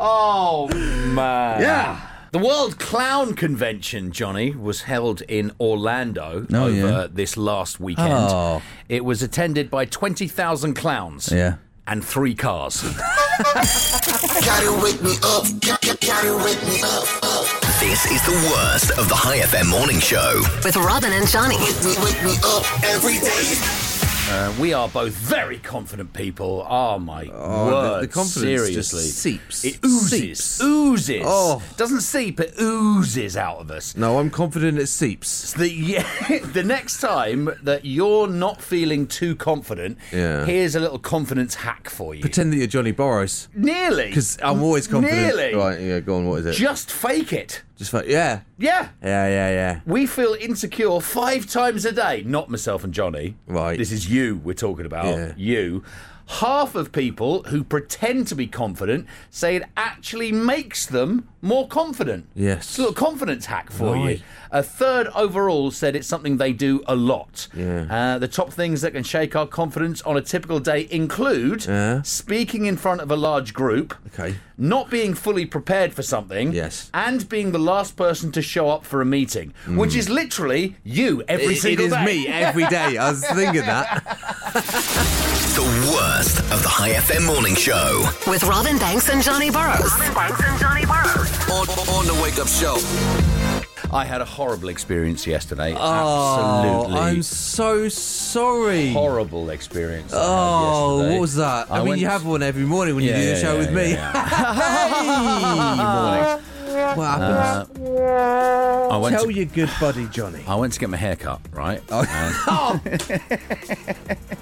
Speaker 3: Oh man. Yeah. The World Clown Convention, Johnny, was held in Orlando
Speaker 2: Oh,
Speaker 3: over
Speaker 2: yeah.
Speaker 3: this last weekend.
Speaker 2: Oh.
Speaker 3: It was attended by 20,000 clowns
Speaker 2: Yeah.
Speaker 3: and three cars.
Speaker 4: Gotta wake me up. Gotta wake me up.
Speaker 1: This is the worst of the High FM morning show.
Speaker 5: With Robin and Johnny.
Speaker 4: Wake me up every day.
Speaker 3: Uh, we are both very confident people. Oh, my
Speaker 2: the-
Speaker 3: word.
Speaker 2: the confidence
Speaker 3: Seriously.
Speaker 2: just seeps.
Speaker 3: It oozes.
Speaker 2: Seeps.
Speaker 3: Oozes.
Speaker 2: Oh.
Speaker 3: Doesn't seep, it oozes out of us.
Speaker 2: No, I'm confident it seeps.
Speaker 3: The *laughs* yeah, the next time that you're not feeling too confident,
Speaker 2: Yeah.
Speaker 3: here's a little confidence hack for you.
Speaker 2: Pretend that you're Johnny Borrows.
Speaker 3: Nearly,
Speaker 2: Because I'm always confident.
Speaker 3: Nearly.
Speaker 2: Right, yeah, go on. What is it?
Speaker 3: Just fake it.
Speaker 2: Just like, yeah.
Speaker 3: Yeah.
Speaker 2: Yeah, yeah, yeah.
Speaker 3: We feel insecure five times a day. Not myself and Johnny.
Speaker 2: Right.
Speaker 3: This is you we're talking about.
Speaker 2: Yeah.
Speaker 3: You. Half of people who pretend to be confident say it actually makes them more confident.
Speaker 2: Yes.
Speaker 3: It's a little confidence hack for
Speaker 2: Right.
Speaker 3: you. A third overall said it's something they do a lot.
Speaker 2: Yeah.
Speaker 3: Uh, the top things that can shake our confidence on a typical day include
Speaker 2: Yeah.
Speaker 3: speaking in front of a large group,
Speaker 2: Okay.
Speaker 3: not being fully prepared for something,
Speaker 2: Yes.
Speaker 3: and being the last person to show up for a meeting, which is literally you every
Speaker 2: Mm. It- it
Speaker 3: single
Speaker 2: is
Speaker 3: day.
Speaker 2: me every day. I was thinking *laughs* that.
Speaker 1: The worst of the High FM morning show.
Speaker 5: With Robin Banks and Johnny Burrows.
Speaker 4: On, on the wake up show.
Speaker 3: I had a horrible experience yesterday.
Speaker 2: Oh,
Speaker 3: Absolutely.
Speaker 2: I'm so sorry.
Speaker 3: Horrible experience. I had
Speaker 2: Oh,
Speaker 3: yesterday.
Speaker 2: what was that? I, mean,
Speaker 3: went-
Speaker 2: you have one every morning when
Speaker 3: Yeah,
Speaker 2: you do the
Speaker 3: yeah,
Speaker 2: show
Speaker 3: yeah,
Speaker 2: with me. *laughs*
Speaker 3: yeah.
Speaker 2: Hey! What happened? *laughs*
Speaker 3: I Uh, went to-
Speaker 2: your good buddy Johnny.
Speaker 3: I went to get my hair cut, right?
Speaker 2: Oh. *laughs*
Speaker 3: And- *laughs*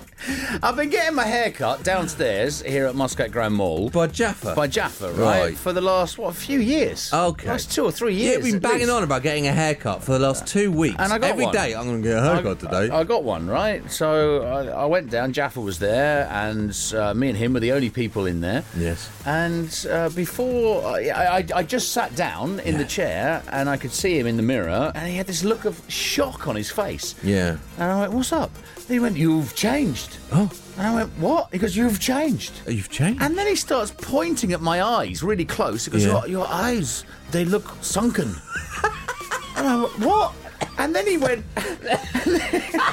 Speaker 3: I've been getting my hair cut downstairs here at Muscat Grand Mall
Speaker 2: By Jaffa.
Speaker 3: by Jaffa, right?
Speaker 2: Right.
Speaker 3: For the last, what, a few years?
Speaker 2: Okay.
Speaker 3: Last two or three
Speaker 2: yeah,
Speaker 3: years.
Speaker 2: we've been
Speaker 3: at
Speaker 2: banging
Speaker 3: least.
Speaker 2: on about getting a haircut for the last two weeks.
Speaker 3: And I got
Speaker 2: Every
Speaker 3: one.
Speaker 2: day I'm going to get a haircut today.
Speaker 3: I, I got one, right? So I, I went down, Jaffa was there, and uh, me and him were the only people in there.
Speaker 2: Yes.
Speaker 3: And uh, before, I, I, I just sat down in the chair and I could see him in the mirror, and he had this look of shock on his face.
Speaker 2: yeah.
Speaker 3: And I went, What's up? And he went, You've changed.
Speaker 2: Oh.
Speaker 3: And I went, What? He goes, You've changed.
Speaker 2: You've changed.
Speaker 3: And then he starts pointing at my eyes really close. He goes,
Speaker 2: Yeah.
Speaker 3: your, your eyes, they look sunken. and I went, What? And then he went. *laughs*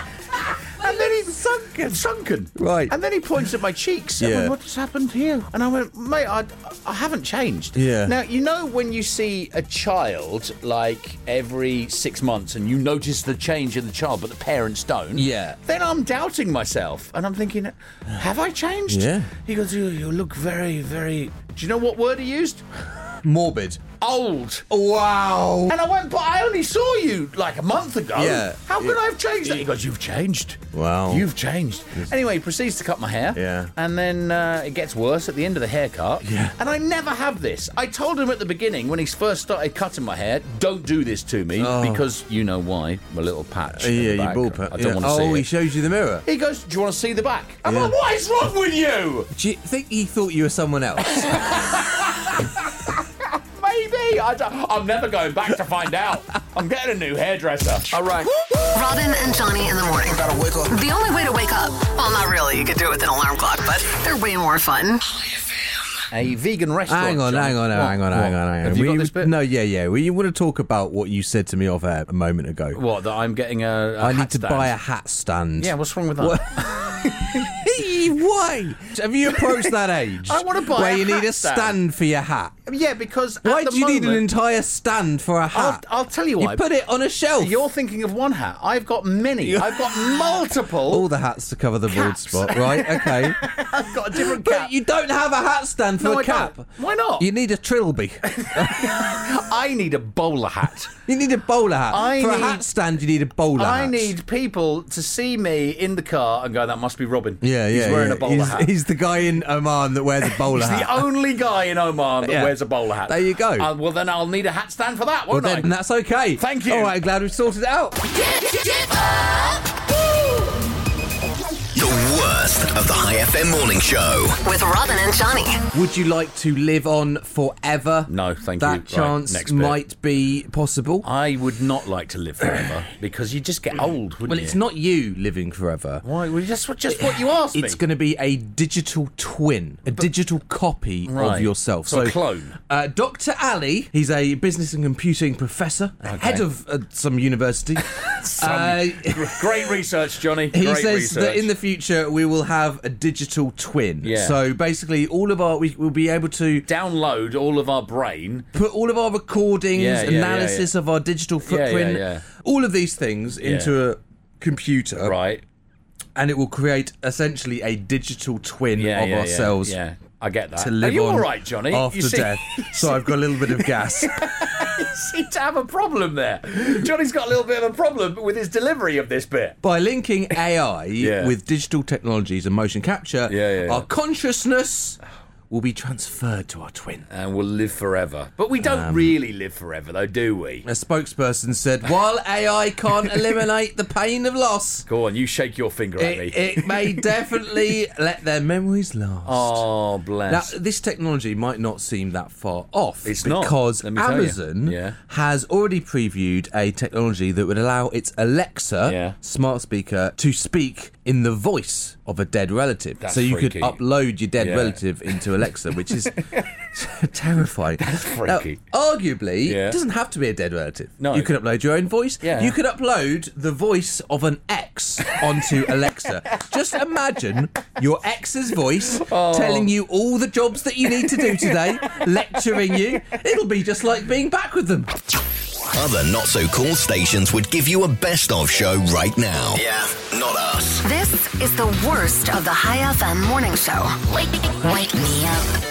Speaker 3: And then he sunken, sunken,
Speaker 2: Right.
Speaker 3: And then he points at my cheeks.
Speaker 2: Yeah.
Speaker 3: Yeah. Went, what has happened here? And I went, mate, I, I haven't changed.
Speaker 2: Yeah.
Speaker 3: Now you know when you see a child like every six months, and you notice the change in the child, but the parents don't.
Speaker 2: Yeah.
Speaker 3: Then I'm doubting myself, and I'm thinking, have I changed?
Speaker 2: Yeah.
Speaker 3: He goes, you, you look very, very. Do you know what word he used?
Speaker 2: morbid.
Speaker 3: Old.
Speaker 2: Wow.
Speaker 3: And I went, but I only saw you like a month ago.
Speaker 2: Yeah.
Speaker 3: How could
Speaker 2: Yeah.
Speaker 3: I have changed that? He goes, you've changed.
Speaker 2: Wow.
Speaker 3: You've changed. Anyway, he proceeds to cut my hair.
Speaker 2: Yeah.
Speaker 3: And then uh, it gets worse at the end of the haircut.
Speaker 2: Yeah.
Speaker 3: And I never have this. I told him at the beginning when he first started cutting my hair, don't do this to me because you know why. My little patch.
Speaker 2: Uh,
Speaker 3: in the
Speaker 2: Oh. yeah, you
Speaker 3: back.
Speaker 2: ball pat.
Speaker 3: I don't
Speaker 2: yeah.
Speaker 3: want to
Speaker 2: Oh,
Speaker 3: see
Speaker 2: he
Speaker 3: it.
Speaker 2: shows you the mirror.
Speaker 3: He goes, do you want to see the back? I'm
Speaker 2: Yeah.
Speaker 3: like, what is wrong with you?
Speaker 2: Do you think he thought you were someone
Speaker 3: *laughs*
Speaker 2: else?
Speaker 3: Maybe. I don't- I'm never going back to find out. I'm getting a new
Speaker 2: *laughs*
Speaker 3: hairdresser. All right.
Speaker 5: Robin and Johnny in the morning.
Speaker 4: Gotta wake up.
Speaker 5: The only way to wake up. Well, not really. You could do it with an alarm clock, but they're way more fun.
Speaker 3: A vegan restaurant.
Speaker 2: Hang on,
Speaker 3: Johnny.
Speaker 2: hang on,
Speaker 3: What?
Speaker 2: hang on,
Speaker 3: What?
Speaker 2: hang on, hang on.
Speaker 3: Have you
Speaker 2: We-
Speaker 3: got this bit?
Speaker 2: No, yeah, yeah. We want to talk about what you said to me off air a moment ago.
Speaker 3: What, that I'm getting a a
Speaker 2: I need
Speaker 3: hat
Speaker 2: to
Speaker 3: stand?
Speaker 2: buy a hat stand.
Speaker 3: Yeah, what's wrong with that?
Speaker 2: What- *laughs* Why? Have you approached
Speaker 3: *laughs*
Speaker 2: that age?
Speaker 3: I wanna buy
Speaker 2: Where
Speaker 3: a
Speaker 2: you
Speaker 3: hat
Speaker 2: need
Speaker 3: now.
Speaker 2: a stand for your hat.
Speaker 3: Yeah, because
Speaker 2: Why
Speaker 3: at the
Speaker 2: do you need an
Speaker 3: moment-
Speaker 2: entire stand for a
Speaker 3: I'll,
Speaker 2: hat?
Speaker 3: I'll tell you
Speaker 2: You
Speaker 3: why.
Speaker 2: put it on a shelf.
Speaker 3: You're thinking of one hat. I've got
Speaker 2: *laughs*
Speaker 3: many. I've got
Speaker 2: All
Speaker 3: multiple.
Speaker 2: the hats to cover the bald
Speaker 3: Caps.
Speaker 2: spot, right? Okay.
Speaker 3: *laughs* I've got a different cap.
Speaker 2: but you don't have a hat stand for
Speaker 3: No,
Speaker 2: a
Speaker 3: I
Speaker 2: cap.
Speaker 3: don't. Why not?
Speaker 2: You need a trilby.
Speaker 3: I need a bowler hat.
Speaker 2: you need a bowler hat.
Speaker 3: I
Speaker 2: for
Speaker 3: need-
Speaker 2: a hat stand, you need a *laughs* bowler hat.
Speaker 3: I need people to see me in the car and go, "That must be Robin.
Speaker 2: Yeah, yeah.
Speaker 3: he's wearing
Speaker 2: yeah.
Speaker 3: a bowler
Speaker 2: he's,
Speaker 3: hat. He's,
Speaker 2: He's the guy in Oman that
Speaker 3: *laughs*
Speaker 2: wears a bowler hat. *laughs*
Speaker 3: the only guy in Oman that
Speaker 2: Yeah.
Speaker 3: wears a bowler hat.
Speaker 2: There you go.
Speaker 3: Uh, well, then I'll need a hat stand for that,
Speaker 2: well,
Speaker 3: won't
Speaker 2: then
Speaker 3: I?
Speaker 2: that's okay.
Speaker 3: Thank you.
Speaker 2: All right, glad we've sorted it out.
Speaker 1: The worst of the High FM morning show.
Speaker 5: With Robin and Johnny.
Speaker 2: Would you like to live on forever?
Speaker 3: No, thank
Speaker 2: that
Speaker 3: you. Right,
Speaker 2: That chance
Speaker 3: next bit.
Speaker 2: might be possible.
Speaker 3: I would not like to live forever
Speaker 2: *coughs*
Speaker 3: because you just get old, wouldn't
Speaker 2: well,
Speaker 3: you?
Speaker 2: it's not you living forever.
Speaker 3: Why? Well, just, just what you asked
Speaker 2: It's
Speaker 3: me.
Speaker 2: going to be a digital twin, a digital copy
Speaker 3: Right.
Speaker 2: of yourself.
Speaker 3: So a clone.
Speaker 2: Uh, Dr. Ali, he's a business and computing professor, head of uh, some
Speaker 3: *laughs*
Speaker 2: university. Uh,
Speaker 3: Great research, Johnny.
Speaker 2: He
Speaker 3: Great
Speaker 2: says
Speaker 3: research.
Speaker 2: that in the future we will have a digital twin.
Speaker 3: Yeah.
Speaker 2: So basically, all of our we will be able to
Speaker 3: download all of our brain.
Speaker 2: put all of our recordings,
Speaker 3: Yeah, yeah, yeah,
Speaker 2: analysis of our digital
Speaker 3: yeah,
Speaker 2: footprint,
Speaker 3: yeah.
Speaker 2: all of these things into a computer,
Speaker 3: Right.
Speaker 2: and it will create essentially a digital twin
Speaker 3: Yeah.
Speaker 2: of
Speaker 3: yeah, yeah,
Speaker 2: ourselves.
Speaker 3: Yeah. I get that.
Speaker 2: To live
Speaker 3: Are you
Speaker 2: on
Speaker 3: all right, Johnny?
Speaker 2: After
Speaker 3: you see, *laughs*
Speaker 2: death, so I've got a little bit of gas.
Speaker 3: you seem to have a problem there. Johnny's got a little bit of a problem with his delivery of this bit.
Speaker 2: By linking AI
Speaker 3: Yeah.
Speaker 2: with digital technologies and motion capture,
Speaker 3: Yeah, yeah,
Speaker 2: our
Speaker 3: yeah.
Speaker 2: consciousness will be transferred to our twin.
Speaker 3: And we'll live forever. But we
Speaker 2: Um,
Speaker 3: don't really live forever, though, do we?
Speaker 2: A spokesperson said, while AI can't eliminate the pain of loss,
Speaker 3: Go on, you shake your finger at me.
Speaker 2: it, it may definitely let their memories last.
Speaker 3: oh,
Speaker 2: Now,
Speaker 3: bless.
Speaker 2: this technology might not seem that far off.
Speaker 3: It's not,
Speaker 2: because
Speaker 3: let me tell you.
Speaker 2: Amazon
Speaker 3: Yeah.
Speaker 2: has already previewed a technology that would allow its Alexa
Speaker 3: Yeah.
Speaker 2: smart speaker to speak in the voice of a dead relative.
Speaker 3: That's
Speaker 2: so you
Speaker 3: freaky.
Speaker 2: could upload your dead
Speaker 3: Yeah.
Speaker 2: relative into Alexa, which
Speaker 3: *laughs*
Speaker 2: is terrifying. That's
Speaker 3: freaky.
Speaker 2: arguably,
Speaker 3: Yeah.
Speaker 2: it doesn't have to be a dead relative.
Speaker 3: No.
Speaker 2: You could upload your own voice.
Speaker 3: Yeah.
Speaker 2: You could upload the voice of an ex onto Alexa. Just imagine your ex's voice
Speaker 3: Oh.
Speaker 2: telling you all the jobs that you need to do today, lecturing you. It'll be just like being back with them.
Speaker 1: Other not so cool stations would give you a best of show right now. Yeah, not us.
Speaker 5: This is the worst of the High FM morning show. Wake, wake me up.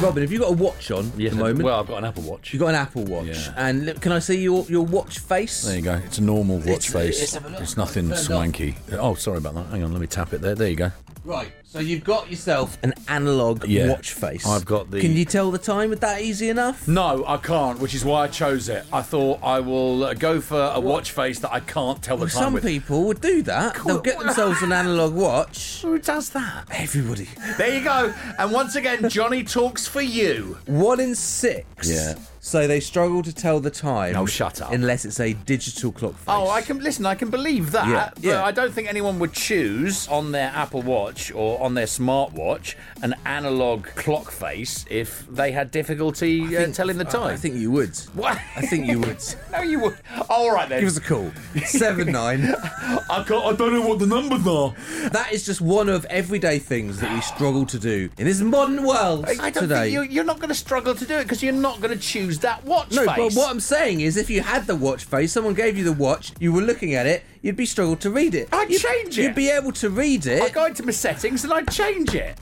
Speaker 2: Robin, have you got a watch on
Speaker 3: Yes,
Speaker 2: at the moment?
Speaker 3: Well, I've got an Apple Watch.
Speaker 2: You've got an Apple Watch.
Speaker 3: Yeah.
Speaker 2: And look, can I see your, your watch face?
Speaker 3: There you go. It's a normal watch
Speaker 2: It's-
Speaker 3: face.
Speaker 2: let's have a look.
Speaker 3: It's nothing
Speaker 2: Turned off.
Speaker 3: swanky. Oh, sorry about that. Hang on, let me tap it there. There you go.
Speaker 2: Right. So you've got yourself an analog
Speaker 3: Yeah.
Speaker 2: watch face.
Speaker 3: I've got the-
Speaker 2: Can you tell the time with that easy enough?
Speaker 3: No, I can't, which is why I chose it. I thought I will uh, go for a watch face that I can't tell the time
Speaker 2: Some
Speaker 3: with.
Speaker 2: people would do that. They'll get themselves an analog watch.
Speaker 3: Who does that?
Speaker 2: Everybody.
Speaker 3: There you go. And once again, Johnny talks for *laughs* you.
Speaker 2: One in six.
Speaker 3: Yeah.
Speaker 2: So they struggle to tell the time.
Speaker 3: No, shut up.
Speaker 2: Unless it's a digital clock face.
Speaker 3: Oh, I can listen. I can believe that.
Speaker 2: Yeah,
Speaker 3: but
Speaker 2: yeah.
Speaker 3: I don't think anyone would choose on their Apple Watch or on their smartwatch an analog clock face if they had difficulty uh, telling the time.
Speaker 2: I think you would.
Speaker 3: What?
Speaker 2: I think you
Speaker 3: *laughs*
Speaker 2: would.
Speaker 3: No, you would. All right then.
Speaker 2: Give us a call. Seven nine.
Speaker 3: *laughs* I, can't, I don't know what the numbers are.
Speaker 2: That is just one of everyday things that we struggle to do in this modern world
Speaker 3: I don't
Speaker 2: today.
Speaker 3: think you, you're not going to struggle to do it because you're not going to choose that watch
Speaker 2: No,
Speaker 3: face.
Speaker 2: but what I'm saying is, if you had the watch face, someone gave you the watch, you were looking at it, you'd be struggled to read it.
Speaker 3: I'd
Speaker 2: You'd-
Speaker 3: change it.
Speaker 2: You'd be able to read
Speaker 3: I
Speaker 2: it.
Speaker 3: go into my settings and I change it.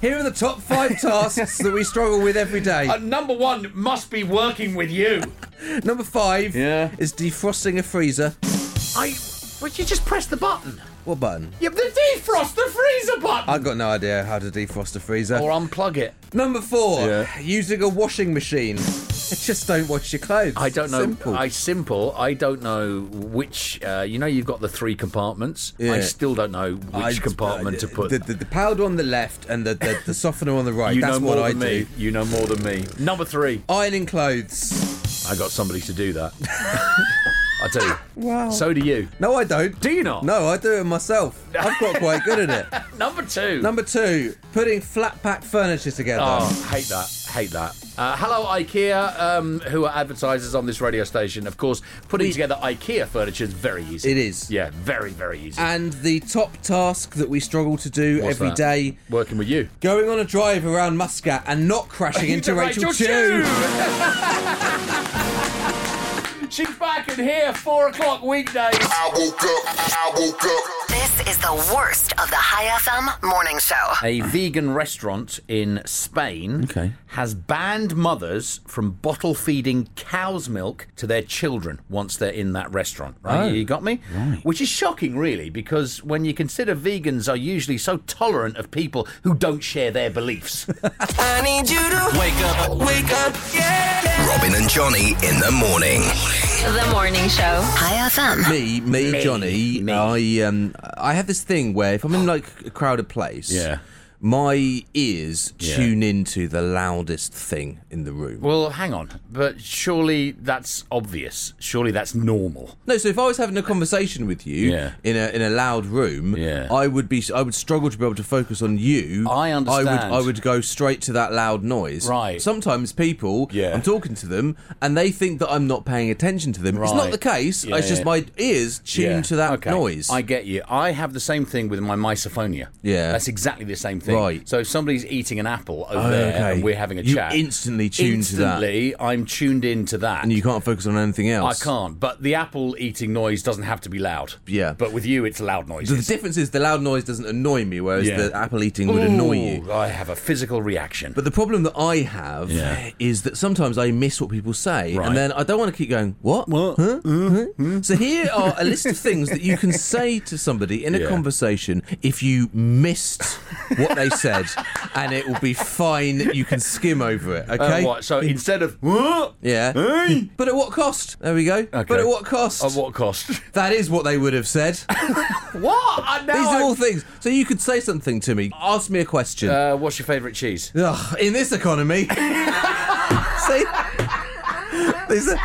Speaker 2: Here are the top
Speaker 3: *laughs*
Speaker 2: five tasks that we struggle with every day.
Speaker 3: Uh, number one must be working with you.
Speaker 2: Number five
Speaker 3: Yeah.
Speaker 2: is defrosting a freezer.
Speaker 3: I. Would you just press the button?
Speaker 2: What button?
Speaker 3: Yeah, the defrost the freezer button.
Speaker 2: I've got no idea how to defrost a freezer.
Speaker 3: Uh, or unplug it.
Speaker 2: Number four,
Speaker 3: Yeah.
Speaker 2: using a washing machine. *laughs* Just don't wash your clothes.
Speaker 3: I don't know.
Speaker 2: Simple.
Speaker 3: I simple. I don't know which. Uh, you know, you've got the three compartments. I
Speaker 2: Yeah.
Speaker 3: still don't know which
Speaker 2: I-
Speaker 3: compartment
Speaker 2: I-
Speaker 3: to put.
Speaker 2: the, the, the powder on the left and the, the, the softener on the right.
Speaker 3: you
Speaker 2: That's
Speaker 3: know
Speaker 2: what
Speaker 3: more
Speaker 2: I
Speaker 3: than
Speaker 2: do.
Speaker 3: me. You know more than me. Number three.
Speaker 2: Ironing clothes.
Speaker 3: I got somebody to
Speaker 2: *laughs*
Speaker 3: do that. I do. Wow. So do you.
Speaker 2: No, I don't.
Speaker 3: Do you not?
Speaker 2: No, I do it myself. I've got quite
Speaker 3: *laughs*
Speaker 2: good at it.
Speaker 3: Number two.
Speaker 2: Number two, putting flat pack furniture together.
Speaker 3: Oh, hate that. hate that. Uh, hello, IKEA, um, who are advertisers on this radio station. Of course, putting together IKEA furniture is very easy.
Speaker 2: It is.
Speaker 3: Yeah, very, very easy.
Speaker 2: And the top task that we struggle to do
Speaker 3: What's
Speaker 2: every
Speaker 3: that?
Speaker 2: day:
Speaker 3: Working with you.
Speaker 2: going on a drive around Muscat and not
Speaker 3: *laughs*
Speaker 2: crashing into Rachel, Chu.
Speaker 3: *laughs* She's back in here, four o'clock weekdays. I
Speaker 1: woke up. I woke up.
Speaker 5: This is the worst of the High FM morning show.
Speaker 3: A vegan restaurant in Spain
Speaker 2: Okay.
Speaker 3: has banned mothers from bottle feeding cow's milk to their children once they're in that restaurant. Right?
Speaker 2: Oh.
Speaker 3: You got me?
Speaker 2: Right.
Speaker 3: Which is shocking, really, because when you consider vegans are usually so tolerant of people who don't share their
Speaker 2: *laughs*
Speaker 3: beliefs.
Speaker 4: I need you to wake up, wake up, yeah.
Speaker 1: Robin and Johnny in the morning.
Speaker 11: The morning show.
Speaker 5: High FM.
Speaker 2: me, me, Johnny. I um, I have this thing where if I'm in like a crowded place,
Speaker 3: Yeah.
Speaker 2: my ears
Speaker 3: Yeah.
Speaker 2: tune into the loudest thing in the room.
Speaker 3: well, hang on, but surely that's obvious. Surely that's normal.
Speaker 2: No, so if I was having a conversation with you
Speaker 3: Yeah.
Speaker 2: in a in a loud room,
Speaker 3: Yeah.
Speaker 2: I would be I would struggle to be able to focus on you.
Speaker 3: I understand.
Speaker 2: I would I would go straight to that loud noise.
Speaker 3: Right.
Speaker 2: Sometimes people,
Speaker 3: Yeah.
Speaker 2: I'm talking to them and they think that I'm not paying attention to them. It's not
Speaker 3: Right.
Speaker 2: the case.
Speaker 3: Yeah,
Speaker 2: it's just
Speaker 3: yeah.
Speaker 2: my ears tune
Speaker 3: Yeah.
Speaker 2: to that
Speaker 3: Okay.
Speaker 2: noise.
Speaker 3: I get you. I have the same thing with my misophonia.
Speaker 2: Yeah.
Speaker 3: That's exactly the same thing.
Speaker 2: Right.
Speaker 3: So if somebody's eating an apple over
Speaker 2: Oh,
Speaker 3: there
Speaker 2: okay.
Speaker 3: and we're having a
Speaker 2: You
Speaker 3: chat,
Speaker 2: instantly tune to that.
Speaker 3: instantly I'm tuned into that.
Speaker 2: and you can't focus on anything
Speaker 3: I
Speaker 2: else.
Speaker 3: can't. But the apple eating noise doesn't have to be loud.
Speaker 2: Yeah.
Speaker 3: But with you, it's loud
Speaker 2: So the
Speaker 3: noises.
Speaker 2: difference is the loud noise doesn't annoy me, whereas
Speaker 3: Yeah.
Speaker 2: the apple eating would annoy you.
Speaker 3: Ooh, I have a physical reaction.
Speaker 2: But the problem that I have
Speaker 3: Yeah.
Speaker 2: is that sometimes I miss what people say,
Speaker 3: Right.
Speaker 2: and then I don't want to keep going. What?
Speaker 3: What? Mm-hmm.
Speaker 2: Huh? Huh? So here are a list of things that you can say to somebody in a
Speaker 3: Yeah.
Speaker 2: conversation if you missed what they said, and it will be fine. You can skim over it.
Speaker 3: Uh,
Speaker 2: Okay.
Speaker 3: what? So instead of what?
Speaker 2: Yeah.
Speaker 3: Hey!
Speaker 2: But at what cost? There we go. But at what cost?
Speaker 3: At what cost?
Speaker 2: *laughs* That is what they would have
Speaker 3: *laughs*
Speaker 2: said.
Speaker 3: what? I know
Speaker 2: These are
Speaker 3: I-
Speaker 2: all things. So you could say something to me. Ask me a question.
Speaker 3: *laughs* Uh, what's your favourite cheese?
Speaker 2: Ugh, in this economy. See? These are-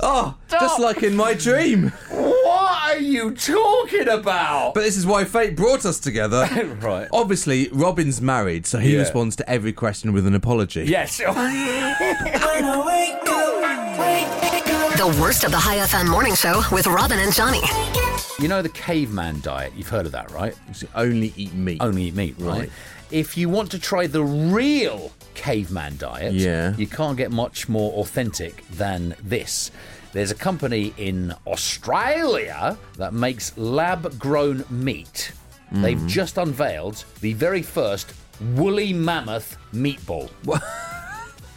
Speaker 2: Oh, just like in my dream.
Speaker 3: What are you talking about?
Speaker 2: But this is why fate brought us together.
Speaker 3: *laughs* Right.
Speaker 2: Obviously, Robin's married, so he
Speaker 3: Yeah.
Speaker 2: responds to every question with an apology. *laughs*
Speaker 3: Yes.
Speaker 4: When I wake up, wake up.
Speaker 5: The worst of the High FM morning show with Robin and Johnny.
Speaker 3: you know the caveman diet? You've heard of that, right?
Speaker 2: Only eat meat.
Speaker 3: Only eat meat, right?
Speaker 2: Right.
Speaker 3: If you want to try the real caveman diet,
Speaker 2: Yeah.
Speaker 3: you can't get much more authentic than this. There's a company in Australia that makes lab grown meat. They've
Speaker 2: Mm-hmm.
Speaker 3: just unveiled the very first woolly mammoth meatball.
Speaker 2: *laughs*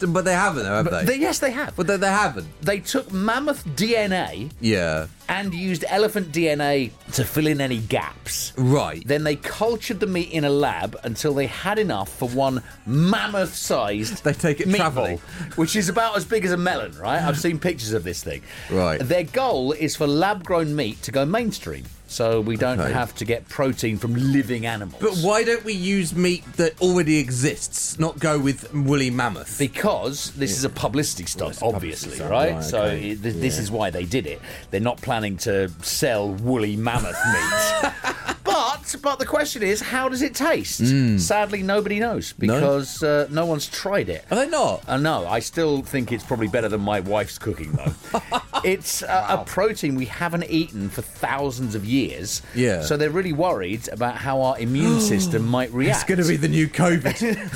Speaker 2: But they haven't, have they?
Speaker 3: They- yes, they have.
Speaker 2: But they, they haven't.
Speaker 3: They took mammoth DNA
Speaker 2: Yeah.
Speaker 3: and used elephant DNA to fill in any gaps.
Speaker 2: Right.
Speaker 3: Then they cultured the meat in a lab until they had enough for one mammoth sized
Speaker 2: They take it
Speaker 3: meatball,
Speaker 2: travelling.
Speaker 3: which is about as big as a melon, right? I've seen pictures of this thing.
Speaker 2: Right.
Speaker 3: Their goal is for lab grown meat to go mainstream. So we don't
Speaker 2: Okay.
Speaker 3: have to get protein from living animals.
Speaker 2: But why don't we use meat that already exists, not go with woolly mammoth?
Speaker 3: Because this is a publicity stunt,
Speaker 2: it's a publicity
Speaker 3: obviously,
Speaker 2: stunt,
Speaker 3: right?
Speaker 2: right,
Speaker 3: So
Speaker 2: okay.
Speaker 3: it, th- this is why they did it. They're not planning to sell woolly mammoth
Speaker 2: *laughs*
Speaker 3: meat. But, but the question is, how does it taste?
Speaker 2: Hmm.
Speaker 3: Sadly, nobody knows because uh, no one's tried it.
Speaker 2: Are they not?
Speaker 3: Uh, no, I still think it's probably better than my wife's cooking,
Speaker 2: *laughs*
Speaker 3: though. it's uh, a protein we haven't eaten for thousands of years.
Speaker 2: Yeah.
Speaker 3: So they're really worried about how our immune
Speaker 2: *gasps*
Speaker 3: system might react.
Speaker 2: It's going to be the new COVID.
Speaker 3: *laughs*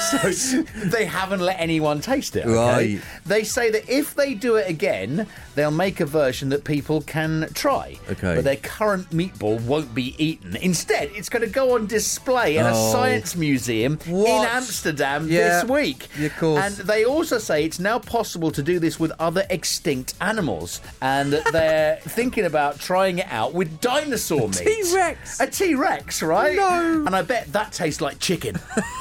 Speaker 3: So, so they haven't let anyone taste it. okay?
Speaker 2: Right.
Speaker 3: They say that if they do it again, they'll make a version that people can try.
Speaker 2: Okay.
Speaker 3: But their current meatball won't be eaten. Instead, it's going to go on display in
Speaker 2: Oh.
Speaker 3: a science museum in
Speaker 2: What?
Speaker 3: Amsterdam
Speaker 2: Yeah.
Speaker 3: this week.
Speaker 2: Yeah, of course.
Speaker 3: And they also say it's now possible to do this with other extinct animals, and
Speaker 2: *laughs*
Speaker 3: that they're thinking about trying it out with dinosaur meat.
Speaker 2: T-Rex.
Speaker 3: A T Rex, right? No. And I bet that tastes like chicken.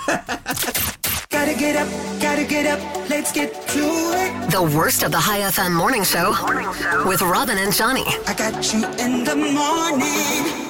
Speaker 4: Gotta get up, gotta get up, let's get to it.
Speaker 5: The worst of the High FM morning show with Robin and Johnny.
Speaker 4: I got you in the morning.